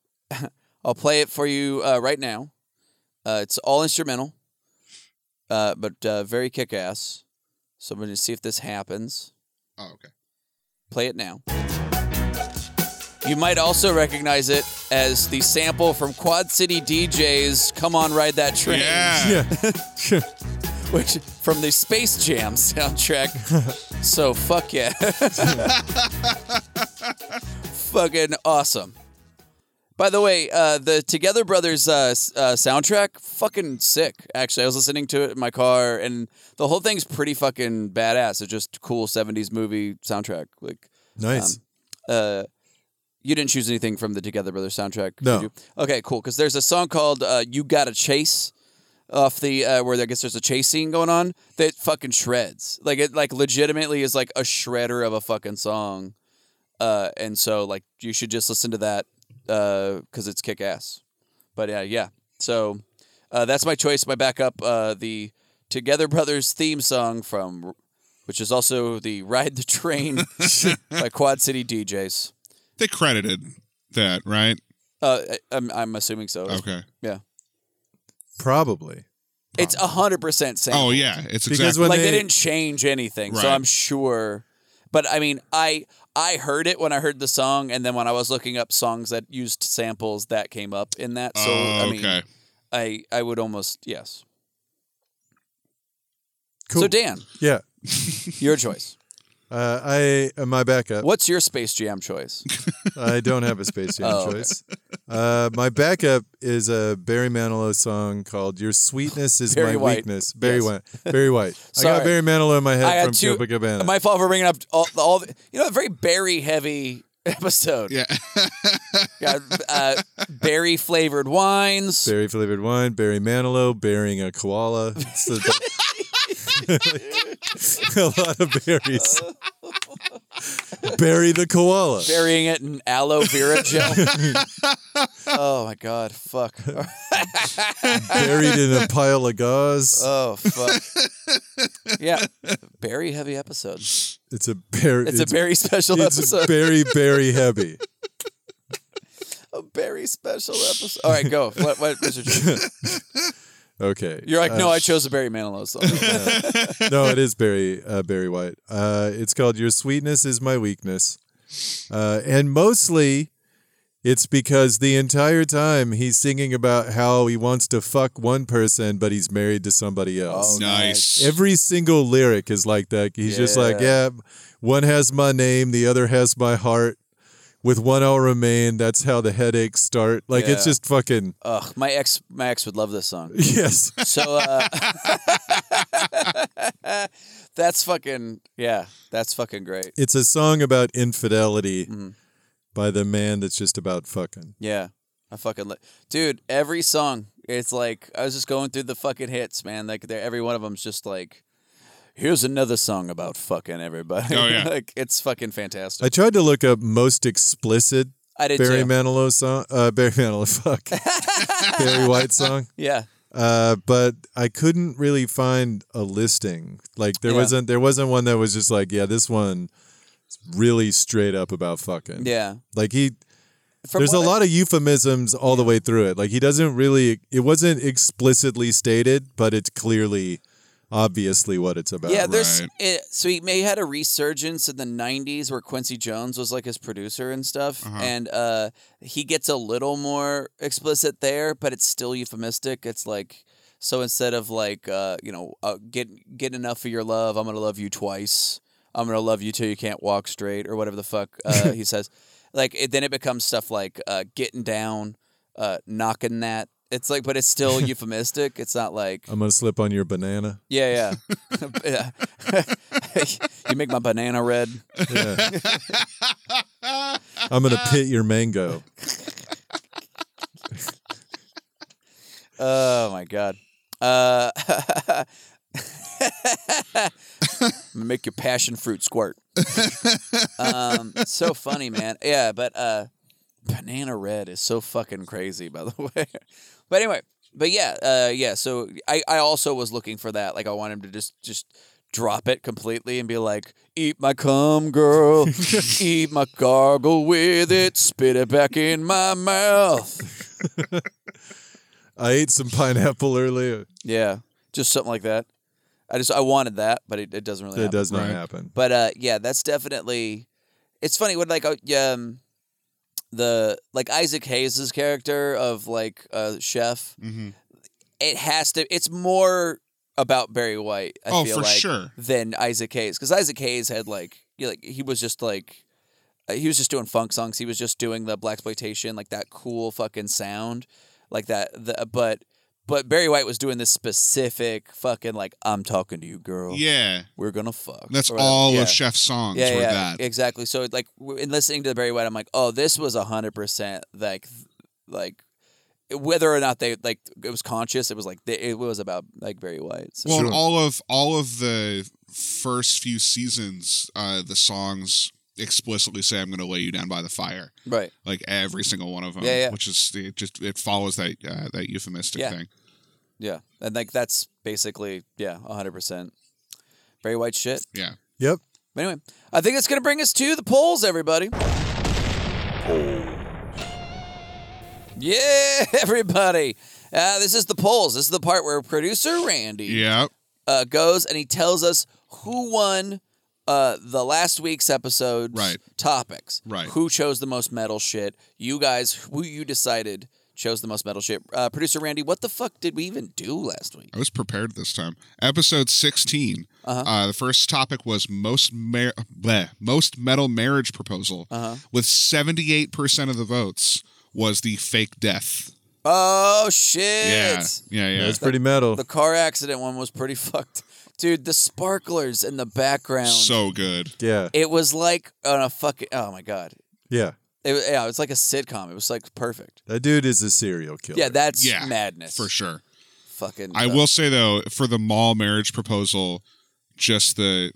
I'll [laughs] play it for you uh, right now. Uh, it's all instrumental, uh, but uh, very kick ass. So I'm going to see if this happens. Oh, okay. Play it now. You might also recognize it as the sample from Quad City DJ's "Come On Ride That Train." Yeah. yeah. [laughs] which from the Space Jam soundtrack. so fuck yeah. Fucking awesome. By the way, uh, the Together Brothers uh, s- uh, soundtrack, fucking sick. Actually, I was listening to it in my car, and the whole thing's pretty fucking badass. It's just cool '70s movie soundtrack. Like, nice. uh, you didn't choose anything from the Together Brothers soundtrack. did No. you? Okay, cool. Because there's a song called uh, "You Gotta Chase" off the uh, where I guess there's a chase scene going on that fucking shreds. Like it, like legitimately is like a shredder of a fucking song. Uh, and so like you should just listen to that because it's kick ass. But uh, yeah, so uh, that's my choice. My backup, uh, the Together Brothers theme song from, which is also the "Ride the Train" by Quad City DJs. They credited that, right? Uh, I- I'm, I'm assuming so. Okay. Probably It's hundred percent same. Oh, yeah. It's because exactly. when like they, they, didn't change anything, so Right. I'm sure. But I mean, I I heard it when I heard the song, and then when I was looking up songs that used samples, that came up in that. So oh, I mean, okay. I I would almost yes. cool. So Dan, yeah. your choice. Uh, I uh, my backup. What's your Space Jam choice? I don't have [laughs] a Space Jam Oh, okay. choice. Uh, my backup is a Barry Manilow song called "Your Sweetness Is Barry My White. Weakness." Barry Yes. White. Barry White. I got Sorry. Barry Manilow in my I head had from two- Copacabana. My fault for bringing up all, all the, you know, very berry heavy [laughs] episode. Yeah. Got uh, berry flavored [laughs] wines. Berry flavored wine, Barry Manilow, burying a koala. It's the- [laughs] a lot of [laughs] berries. Bury the koala. burying it in aloe vera gel. oh my god, fuck. Buried in a pile of gauze. oh fuck. Yeah, berry heavy episode. It's, it's a berry. a very special It's episode. very very heavy. a very special episode. All right, go. What? What? What's your choice? Okay. You're like, Uh, no, I chose a Barry Manilow song. no, it is Barry uh, Barry White. Uh, it's called "Your Sweetness Is My Weakness," uh, and mostly it's because the entire time he's singing about how he wants to fuck one person, but he's married to somebody else. [laughs] Oh, nice. Every single lyric is like that. He's just like, yeah, Yeah. one has my name, the other has my heart. With one I'll remain. That's how the headaches start. Like it's Yeah. just fucking [laughs] Ugh, my ex, my ex would love this song. yes. So uh, [laughs] that's fucking yeah, that's fucking great. It's a song about infidelity Mhm. by the man that's just about fucking. Yeah. I fucking li- dude, every song, it's like I was just going through the fucking hits, man. Like they're- every one of them's just like here's another song about fucking everybody. Oh, yeah. [laughs] like it's fucking fantastic. I tried to look up most explicit I, did Barry too. Manilow song. Uh, [laughs] Barry Manilow, [laughs] fuck. Barry White song. yeah. Uh, but I couldn't really find a listing. Like there Yeah. wasn't there wasn't one that was just like, yeah, this one is really straight up about fucking. Yeah. Like he From there's a what I- lot of euphemisms all the way through it. Like he doesn't really it wasn't explicitly stated, but it's clearly obviously what it's about. yeah, there's Right. it, so he may had a resurgence in the '90s where Quincy Jones was like his producer and stuff, Uh-huh. and uh, he gets a little more explicit there, but it's still euphemistic. It's like so instead of like uh, you know uh, get get enough of your love, I'm gonna love you twice. I'm gonna love you till you can't walk straight or whatever the fuck [laughs] uh, he says. Like it, then it becomes stuff like uh, getting down, uh, knocking that. It's like, but it's [laughs] still euphemistic. It's not like I'm gonna slip on your banana. yeah, [laughs] yeah. you make my banana red. Yeah. I'm gonna pit your mango. Oh my god. Uh, [laughs] make your passion fruit squirt. um, so funny, man. Yeah, but uh, banana red is so fucking crazy. By the [laughs] way, but anyway, but yeah, uh, yeah. So I, I also was looking for that. Like I want him to just just drop it completely and be like, "Eat my cum, girl. Eat my gargle with it. Spit it back in my mouth." I ate some pineapple earlier. Yeah, just something like that. I just I wanted that, but it, it doesn't really. That happen. does not Right. happen. But uh, yeah, that's definitely. It's funny when like uh, um, the like Isaac Hayes' character of like uh, chef. hmm It has to. It's more about Barry White. I Oh, feel for like, sure. Than Isaac Hayes, because Isaac Hayes had like you know, like he was just like. uh, He was just doing funk songs. He was just doing the black exploitation, like that cool fucking sound, like that. The, uh, but but Barry White was doing this specific fucking like I'm talking to you, girl. Yeah. we're gonna fuck. That's or whatever. all Yeah. of Chef's songs Yeah, were yeah, that. exactly. So like w- in listening to Barry White, I'm like, oh, this was hundred percent like, th- like whether or not they like it was conscious, it was like th- it was about like Barry White. So Well, and all of all of the first few seasons, uh, the songs explicitly say "I'm going to lay you down by the fire," right, like every single one of them. Yeah, yeah. Which is it just it follows that uh, that euphemistic Yeah. thing. yeah, and like that's basically yeah, hundred percent Barry White shit. Yeah. Yep. But anyway, I think that's gonna bring us to the polls, everybody. Yeah, [laughs] everybody. Uh, this is the polls. This is the part where producer Randy. Yeah. uh, goes and he tells us who won uh, the last week's episode's Right. topics. Right. Who chose the most metal shit? You guys, who you decided chose the most metal shit? Uh, Producer Randy, what the fuck did we even do last week? I was prepared this time. Episode 16. Uh-huh. Uh, the first topic was most mar- bleh, most metal marriage proposal Uh-huh. with 78% of the votes was the fake death. Oh shit! Yeah. Yeah, yeah. That's pretty metal. The car accident one was pretty [laughs] fucked, dude. The sparklers in the background. so good. yeah. it was like on a fucking. Oh my god! Yeah. It, yeah, it's like a sitcom. It was like perfect. That dude is a serial killer. Yeah, that's Yeah, madness. for sure. Fucking. I uh, will say though, for the mall marriage proposal, just the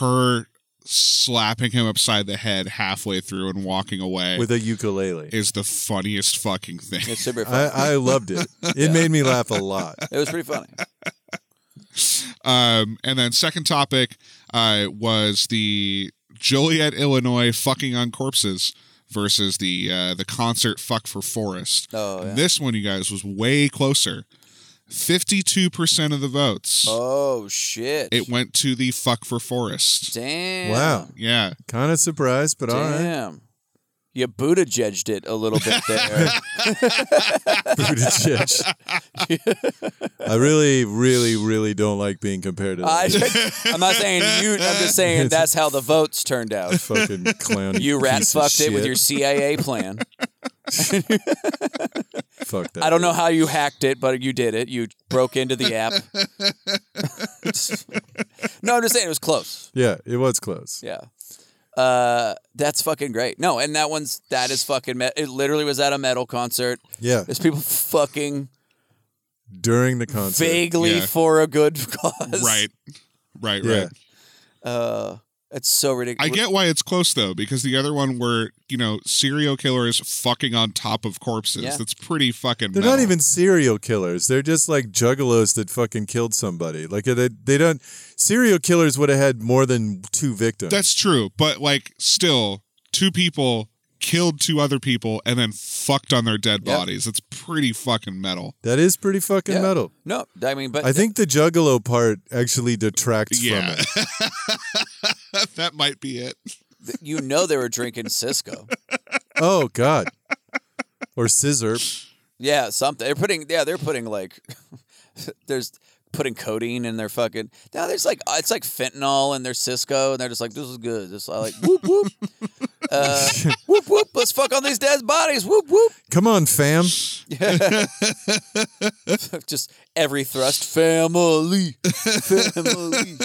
her slapping him upside the head halfway through and walking away with a ukulele. is the funniest fucking thing. It should be fun. [laughs] I, I [laughs] loved it. It made me laugh a lot. it was pretty funny. Um, and then second topic uh, was the Joliet, Illinois, fucking on corpses versus the uh, the concert fuck for forest. Oh yeah. This one, you guys, was way closer. Fifty-two percent of the votes. Oh shit. It went to the fuck for forest. Damn. Wow. Yeah, Kind of surprised, but all right. Damn. You Buddha judged it a little bit [laughs] there. [laughs] Buttigieg. I really, really, really don't like being compared to [laughs] that [laughs] I, I'm not saying you. I'm just saying that's how the votes turned out. fucking clown. [laughs] You rat piece of fucked it with shit. your CIA plan. Fuck that. I don't know how you hacked it, but you did it. You broke into the [laughs] app. no, I'm just saying it was close. Yeah, it was close. Yeah. Uh, that's fucking great. No, and that one's that is fucking. Me- it literally was at a metal concert. Yeah, There's people fucking during the concert. vaguely Yeah. for a good [laughs] cause. right, right, Yeah. right. Uh, it's so ridiculous. I get why it's close though, because the other one were you know serial killers fucking on top of corpses. Yeah. That's pretty fucking. They're not metal. even serial killers. They're just like juggalos that fucking killed somebody. Like uh, they, they don't. Serial killers would have had more than two victims. That's true, but like still, two people killed two other people and then fucked on their dead Yeah. bodies. That's pretty fucking metal. [laughs] that is pretty fucking Yeah. metal. No, I mean, but I think the juggalo part actually detracts Yeah, from it. that might be it. th- you know they were [laughs] drinking Cisco. Oh God. Or scissor. Yeah, something. They're putting. Yeah, they're putting like. [laughs] there's putting codeine in their fucking. Now there's like it's like fentanyl in their Cisco, and they're just like, this is good. This I like whoop whoop. [laughs] Uh, whoop whoop. Let's fuck on these dead bodies. Whoop whoop. Come on, fam. just every thrust, family, [laughs] family.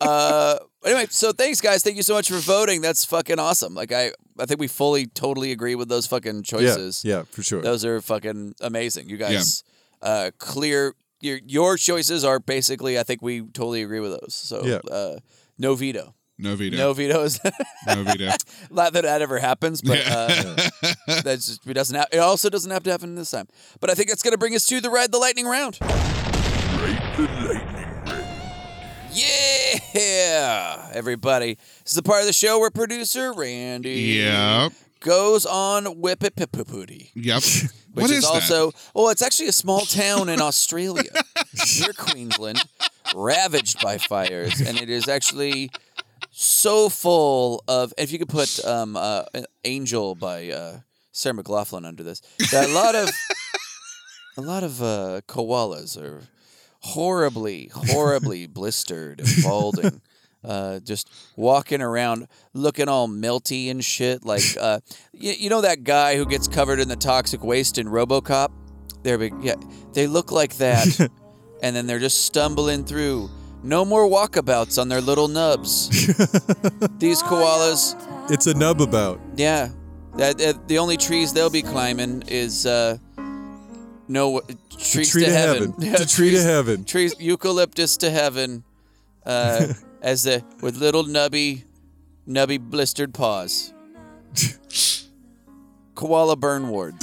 uh, anyway, so thanks guys. Thank you so much for voting. That's fucking awesome. Like I, I think we fully, totally agree with those fucking Yeah, choices. yeah, for sure. Those are fucking amazing. You guys, uh, clear your your choices are basically. I think we totally agree with those. So Yeah. uh, no veto. No veto. No vetoes. No veto. [laughs] Not that that ever happens, but uh, that's just, it doesn't. Have, it also doesn't have to happen this time. But I think it's going to bring us to the ride the lightning round. Rate the lightning round. Yeah, everybody. This is the part of the show where producer Randy Yep. goes on Whip It Pip Pip Pooty. Yep. [laughs] Which what is, is that? also, well, it's actually a small town in [laughs] Australia, near Queensland, ravaged by fires. And it is actually so full of, if you could put um, uh, Angel by uh, Sarah McLaughlin under this, that a [laughs] lot of, a lot of uh, koalas are horribly, horribly blistered and balding. Uh, just walking around looking all melty and shit. Like, uh, you, you know that guy who gets covered in the toxic waste in Robocop? They're big, yeah. They look like that, and then they're just stumbling through. No more walkabouts on their little nubs. These koalas, It's a nub about. yeah. That, that- the only trees they'll be climbing is uh, no trees tree to, to heaven. heaven. [laughs] To tree to Trees- heaven. trees eucalyptus to heaven [laughs] uh, as the with little nubby nubby blistered [laughs] paws koala burn [laughs] ward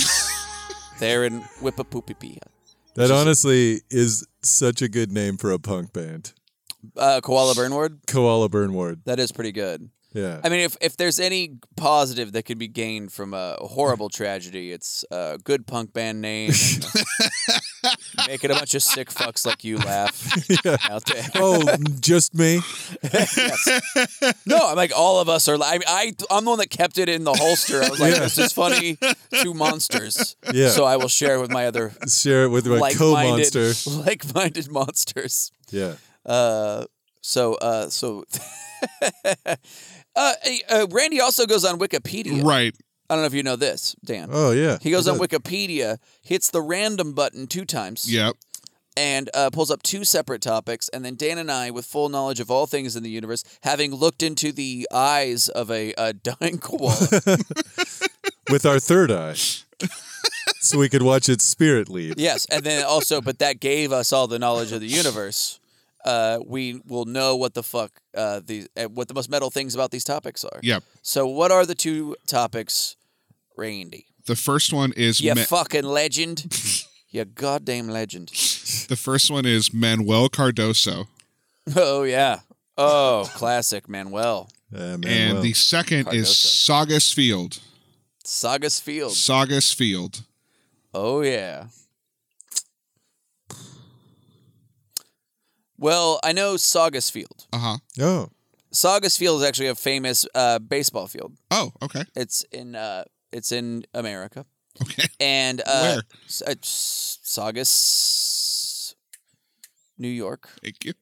there in whippapoopipia That honestly is such a good name for a punk band. uh, koala burn ward Koala Burn Ward. that is pretty good Yeah. i mean if, if there's any positive that can be gained from a horrible tragedy it's a good punk band name [laughs] making a bunch of sick fucks like you laugh out there [laughs] oh, just me. No, I'm like all of us are. Like, I, I I'm the one that kept it in the holster. I was like, this is funny. Two monsters. Yeah. So I will share it with my [laughs] other Share it with my like-minded, co-monster. like-minded monsters. Yeah. Uh, so uh, so. [laughs] uh, uh, Randy also goes on Wikipedia. Right. I don't know if you know this, Dan. Oh yeah. he goes on What's Wikipedia, hits the random button two times. Yep. and uh, pulls up two separate topics. And then Dan and I, with full knowledge of all things in the universe, having looked into the eyes of a, [laughs] a dying koala, with our third eye, so we could watch its spirit leave. Yes, and then also, but that gave us all the knowledge of the universe. Uh, we will know what the fuck uh, the uh, what the most metal things about these topics are. Yep. So, what are the two topics, Randy? The first one is You Ma- fucking legend. you goddamn legend. the first one is Manuel Cardoso, Oh yeah. Oh, classic Manuel. Ah, man, and well. the second is Sagas Field. Sagas Field. Sagas Field. Oh yeah. Well, I know Sagas Field. Uh huh. oh, Sagas Field is actually a famous uh, baseball field. Oh, okay, [laughs] It's in uh, it's in America, okay. and uh, Where? S- uh, S- Saugus, New York. Thank you.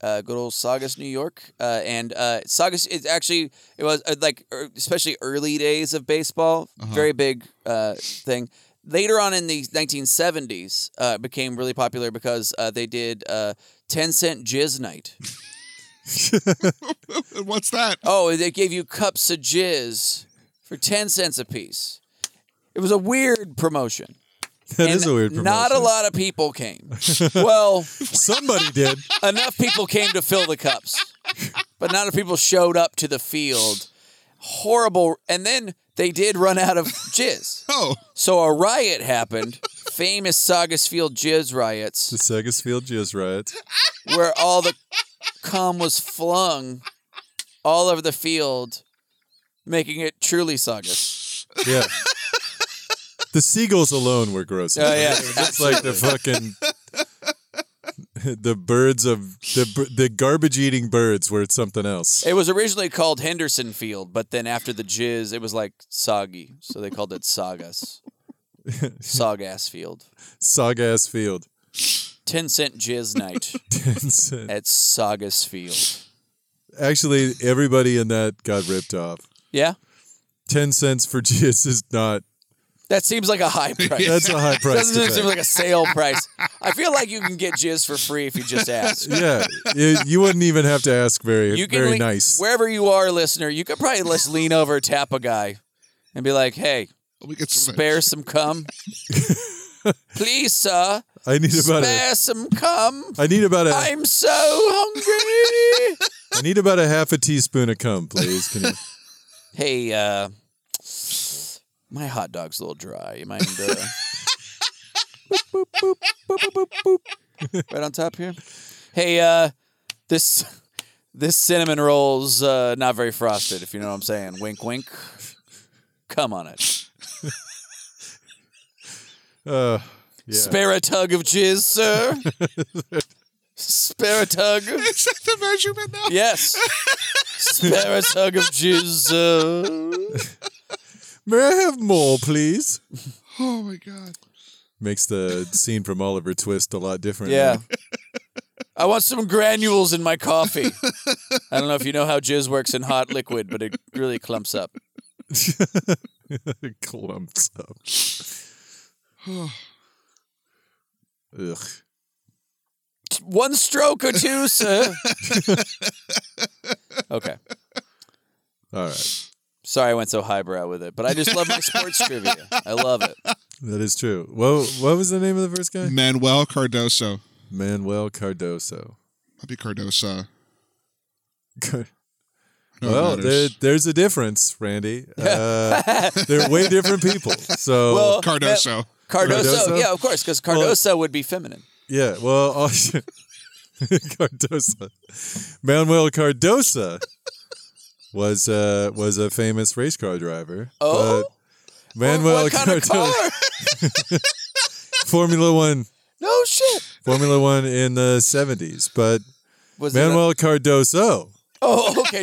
Uh, good old Saugus, New York, uh, and uh, Saugus. It's actually it was uh, like er, especially early days of baseball, Uh-huh. very big uh, thing. Later on in the 1970s, uh, it became really popular because uh, they did uh, 10 cent jizz [laughs] night. What's that? Oh, they gave you cups of jizz for 10 cents a piece. It was a weird promotion. that And is a weird. Promotion. Not a lot of people [laughs] came. well, Somebody did. enough people came to fill the cups, but not enough people showed up to the field. Horrible. And then they did run out of jizz. Oh, So a riot happened. Famous Saugus Field jizz The riots, Sega's Field Jizz riots. where all the cum was flung all over the field, making it truly Saugus. Yeah. the seagulls alone were gross. Oh, yeah. It's like the fucking the birds of the b- the garbage eating birds were something else. It was originally called Henderson Field, but then after the jizz, it was like soggy, so they called it Saugus. Saugass Field. Saga's Field. [laughs] 10 cent jizz night at Saugus Field. Actually, everybody in that got ripped off. Yeah? Ten cents for jizz is not. That seems like a [laughs] high price. That's a high price. Doesn't To it seem pay. like a sale price? I feel like you can get jizz for free if you just ask. [laughs] yeah, you, you wouldn't even have to ask very You can very lean- nice. Wherever you are, listener, you could probably just lean over, tap a guy, and be like, hey, we get some of that. spare some [laughs] cum. Please, sir, I need about a. Uh, spare some cum. I need about a. I I'm so hungry. need about a half a teaspoon of cum, please. Can you? hey, uh, my hot dog's a little dry. You mind? Uh, boop, boop, boop, boop, boop, boop, boop. Right on top here. Hey, uh, this this cinnamon roll's uh, not very frosted. If you know what I'm saying. Wink, wink. Come on it. Uh, yeah. Spare a tug of jizz, sir. Spare a [laughs] tug. Is that the measurement now? Yes. Spare a tug of jizz. sir. May I have more, please? Oh my god. Makes the scene from Oliver Twist a lot different. Yeah. now. [laughs] I want some granules in my coffee. I don't know if you know how jizz works in hot liquid, but it really clumps up. [laughs] Clumps up. [sighs] Ugh. One stroke or two, sir. Okay. All right. Sorry I went so highbrow with it, but I just love my sports trivia. I love it. [laughs] That is true. What, what was the name of the first guy? Manuel Cardoso. Manuel Cardoso. [laughs] Might be Cardosa. Oh, Car- No, it well, there, matters. there's a difference, Randy. Uh, they're way [laughs] different people. So, Well- Cardoso. Cardoso, Cardoso? yeah, of course, because Cardoso would be feminine. yeah. Well, [laughs] all- Cardosa. Manuel Cardosa was uh, was a famous race car driver. Oh? but Manuel what kind of Cardosa, car? Formula One, No shit. Formula One in the seventies. But Was it a- Manuel Cardoso, oh, okay. [laughs]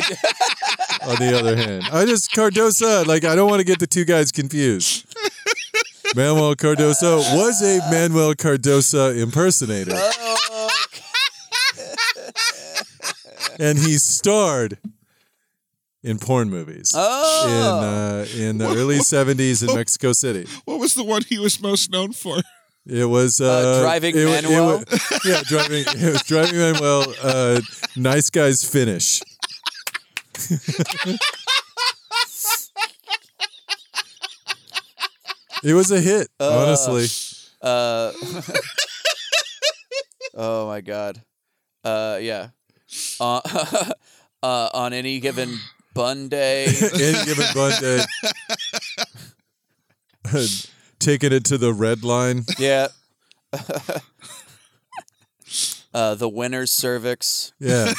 [laughs] on the other hand, I just Cardosa. Like I don't want to get the two guys confused. Manuel Cardoso was a Manuel Cardosa impersonator, Oh, and he starred in porn movies. oh. in uh, in the early 70s in Mexico City. What was the one he was most known for? [laughs] It was uh, Driving it wa- it Manuel? wa- [laughs] yeah, driving. It was driving Manuel. Uh, nice guys finish. [laughs] it was a hit, Uh, honestly. [laughs] Uh, [laughs] oh my god. Uh, yeah. Uh, [laughs] uh, on any given bun day, Any given bun [laughs] day. Taking it to the red line. yeah. [laughs] uh, the winner's cervix. [laughs] Yeah. [laughs]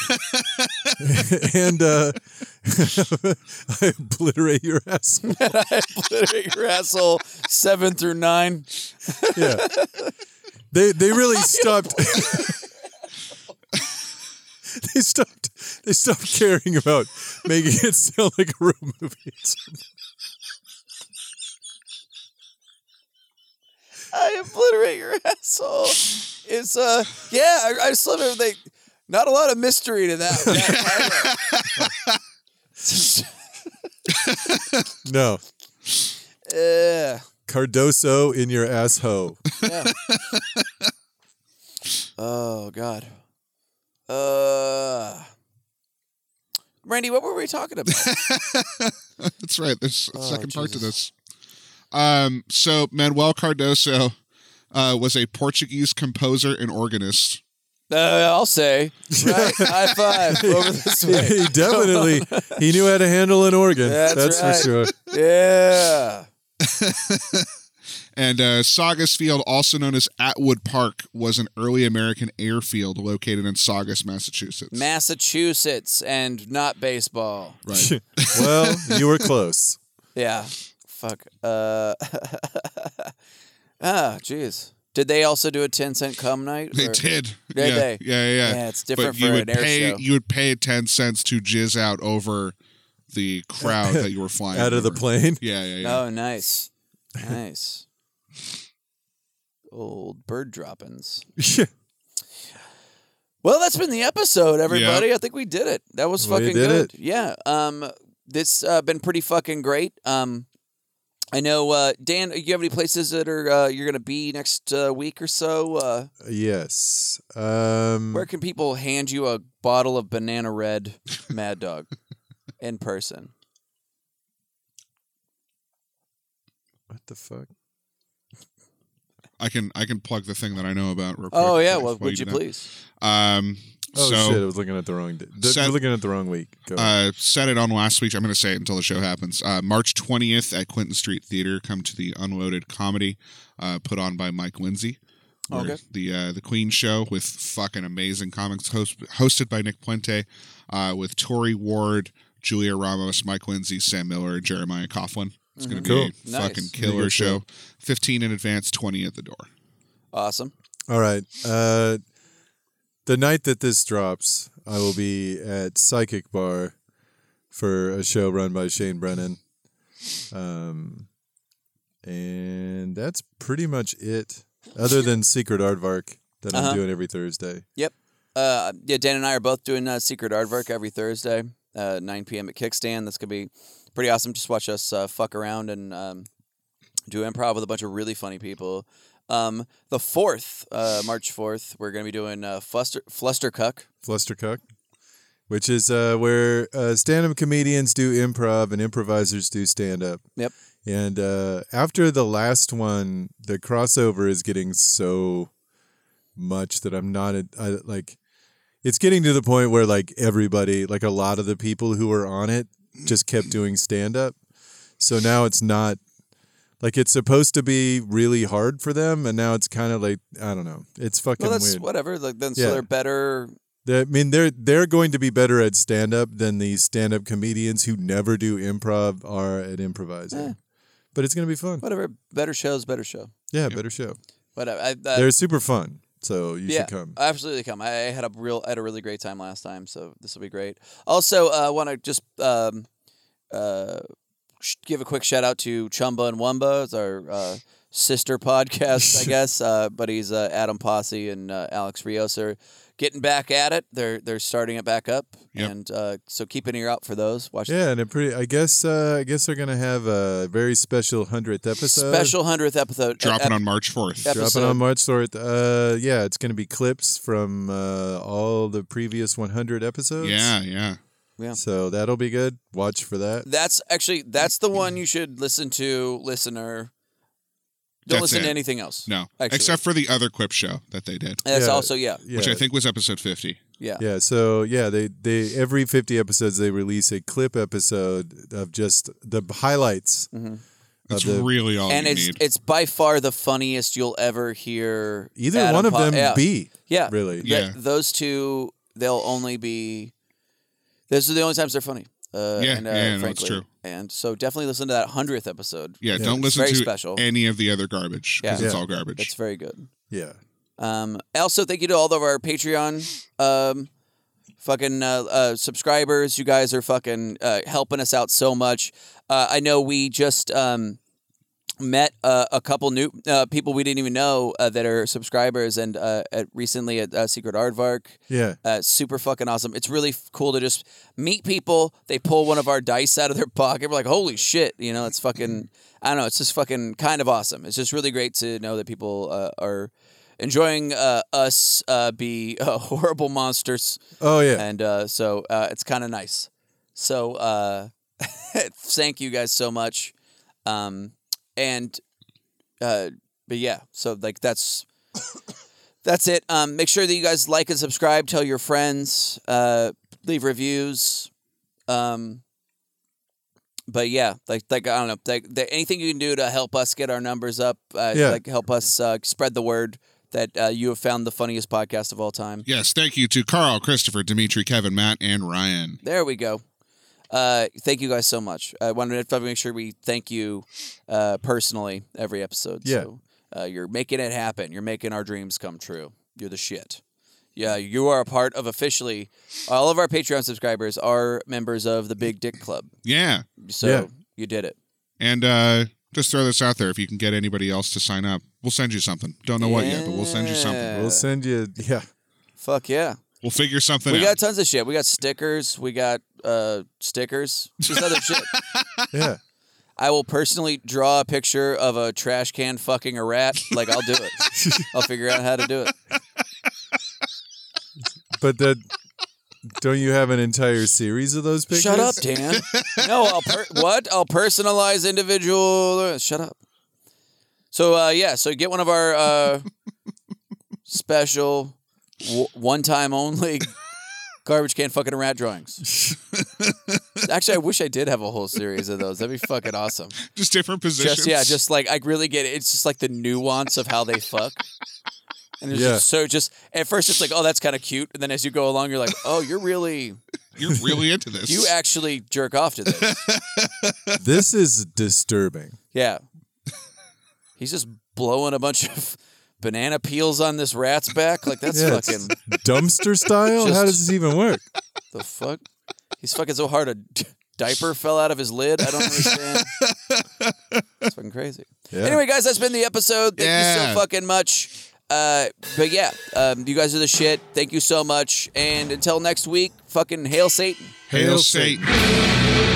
and uh, [laughs] I obliterate your asshole. Your asshole seven through nine. yeah. They [laughs] they really stopped. [laughs] they stopped. They stopped caring about making it sound like a real movie. I obliterate your asshole. It's uh, yeah. I, I still remember they. Not a lot of mystery to that. that title. No, [laughs] yeah. Cardoso in your asshole. [laughs] Yeah. oh God. Uh, Randy, what were we talking about? [laughs] That's right. There's a Oh, second part to this. Jesus. Um, so Manuel Cardoso uh, was a Portuguese composer and organist. uh, I'll say. Right, high five [laughs] [laughs] over this way. he definitely he knew how to handle an organ. That's That's, right. for sure. Yeah. And uh, Saugus Field, also known as Atwood Park, was an early American airfield located in Saugus, Massachusetts. Massachusetts and not baseball. right. well, you [laughs] were close. Yeah. Fuck. Uh. [laughs] ah, jeez. Did they also do a ten cent cum night? They or- did. Did yeah, they? yeah, yeah, Yeah, it's different but you for would an air pay show. you would pay ten cents to jizz out over the crowd that you were flying Out of the over. plane. [laughs] Yeah, yeah, yeah. Oh, nice. Nice. Old bird droppings. Yeah, Well, that's been the episode, everybody. I think we did it. That was We fucking did good. Yeah. Um, this uh, been pretty fucking great. Um, I know, uh, Dan. You have any places that are uh, you're gonna be next uh, week or so? Uh, yes. Um, where can people hand you a bottle of banana [laughs] red Mad Dog in person? what the fuck? I can I can plug the thing that I know about. Real quick Oh yeah. if- Well, while would you do that. please? Um, Oh so shit! I was looking at the wrong. Day. Seth- looking at the wrong week. Go. uh, said it on last week. I'm going to say it until the show happens. Uh, March 20th at Quinton Street Theater. Come to the Unloaded comedy uh, put on by Mike Lindsay. where Oh, Okay. The uh, the Queen show with fucking amazing comics host, hosted by Nick Puente, uh, with Tori Ward, Julia Ramos, Mike Lindsay, Sam Miller, and Jeremiah Coughlin. It's going to Mhm. be Mm-hmm. Cool. a fucking Nice. killer Good show. show. 15 in advance, 20 at the door. Awesome. All right. Uh, the night that this drops, I will be at Psychic Bar for a show run by Shane Brennan. Um, and that's pretty much it, other than Secret Aardvark that Uh-huh. I'm doing every Thursday. Uh, yeah, Dan and I are both doing uh, Secret Aardvark every Thursday, uh, 9 p.m. at Kickstand. That's gonna be pretty awesome. Just watch us uh, fuck around and um, do improv with a bunch of really funny people. Um, the fourth, uh, March fourth, we're gonna be doing uh, Fluster Flustercuck. Flustercuck, which is uh, where uh, stand up comedians do improv and improvisers do stand up. Yep. And uh, after the last one, the crossover is getting so much that I'm not I, like, it's getting to the point where like everybody, like a lot of the people who were on it just kept doing stand up. So now it's not like it's supposed to be really hard for them. And now it's kind of like, I don't know. It's fucking Well, that's weird. whatever. Like then, so Yeah. they're better. They- I mean, they're they're going to be better at stand up than the stand up comedians who never do improv are at improvising. Yeah. But it's going to be fun. Whatever, better shows, better show. Yeah, better show. Whatever. I, uh, I, they're super fun, so you yeah, Uh, should come. Absolutely come. I I had a real I had a really great time last time, so this will be great. Also, I uh, want to just um, uh, sh- give a quick shout out to Chumba and Wumba. It's our uh, sister podcast, [laughs] I guess. Uh, buddies uh, Adam Posse and uh, Alex Rios are getting back at it. They're they're starting it back up, Yep. and uh, so keep an ear out for those. Watch Yeah, and it pretty. I guess. Uh, I guess they're gonna have a very special hundredth episode. special hundredth episode. uh, Dropping ep- on March 4th. Yep. Dropping episode. on March 4th. Uh, yeah, it's going to be clips from uh, all the previous 100 episodes. Yeah, yeah. So that'll be good. Watch for that. That's actually that's the [clears throat] one you should listen to, listener. Don't That's listen to it. anything else. No. Actually. Except for the other Quip show that they did, That's Yeah. also yeah, Yeah. which I think was episode 50. yeah. Yeah. So yeah, they they every 50 episodes they release a clip episode of just the highlights. Mhm. That's the- really all and you it's need. it's by far the funniest you'll ever hear. Either Adam one of Po- them yeah. Uh, be yeah. really. Yeah. Th- those two, they'll only be. Those are the only times they're funny. Uh, Yeah, and, uh, yeah, no, it's frankly. true. And so definitely listen to that hundredth episode. yeah, Yeah. don't It's listen very to special. any of the other garbage because Yeah. it's Yeah. all garbage. It's very good. Yeah. Um, also, thank you to all of our Patreon um, fucking uh, uh, subscribers. You guys are fucking uh, helping us out so much. Uh, I know we just um, met uh, a couple new uh, people we didn't even know uh, that are subscribers, and uh, at, recently at uh, Secret Aardvark. Yeah. Uh, super fucking awesome. It's really f- cool to just meet people. They pull one of our dice out of their pocket. We're like, holy shit. You know, it's fucking, I don't know. It's just fucking kind of awesome. It's just really great to know that people uh, are enjoying uh, us uh, be uh, [laughs] horrible monsters. Oh yeah. And uh, so uh, it's kind of nice. So uh, [laughs] thank you guys so much. Um, and, uh, but yeah, so like that's. [coughs] That's it. Um, make sure that you guys like and subscribe. Tell your friends. Uh, leave reviews. Um, but yeah, like like I don't know, like the, anything you can do to help us get our numbers up. Uh, Yeah. Like help us uh, spread the word that uh, you have found the funniest podcast of all time. yes, thank you to Carl, Christopher, Dimitri, Kevin, Matt, and Ryan. There we go. Uh, thank you guys so much. I wanted to make sure we thank you uh, personally every episode. Yeah. So, uh, you're making it happen. You're making our dreams come true. You're the shit. Yeah, you are a part of officially all of our Patreon subscribers are members of the Big Dick Club. Yeah. So Yeah. you did it. And uh, just throw this out there if you can get anybody else to sign up, we'll send you something. Don't know what yet, but we'll send you something. Yeah. We'll send you. Yeah. Fuck yeah. We'll figure something we out. got tons of shit. We got stickers. We got uh, stickers. Just other [laughs] shit. Yeah. I will personally draw a picture of a trash can fucking a rat. Like I'll do [laughs] it. I'll figure out how to do it. But the don't you have an entire series of those pictures? Shut up, Dan. No, I'll per- what? I'll personalize individual. uh, Shut up. So uh, yeah, so get one of our uh, special, w- one-time only garbage can fucking a rat drawings. Actually, I wish I did have a whole series of those. That'd be fucking awesome. just different positions. Just yeah, just like I really get it. It's just like the nuance of how they fuck. And it's Yeah. just so just at first it's like, oh, that's kind of cute, and then as you go along, you're like, oh, you're really you're really into this. [laughs] [laughs] you actually jerk off to this. This is disturbing. Yeah. He's just blowing a bunch of banana peels on this rat's back. Like that's Yeah, it's- fucking Dumpster style? How does this even work? the fuck. He's fucking so hard a d- diaper fell out of his lid. I don't understand. It's fucking crazy. Yeah. Anyway, guys, that's been the episode. Thank you Yeah. so fucking much. Uh, but yeah, um, you guys are the shit. Thank you so much. And until next week, fucking hail Satan. Hail Satan.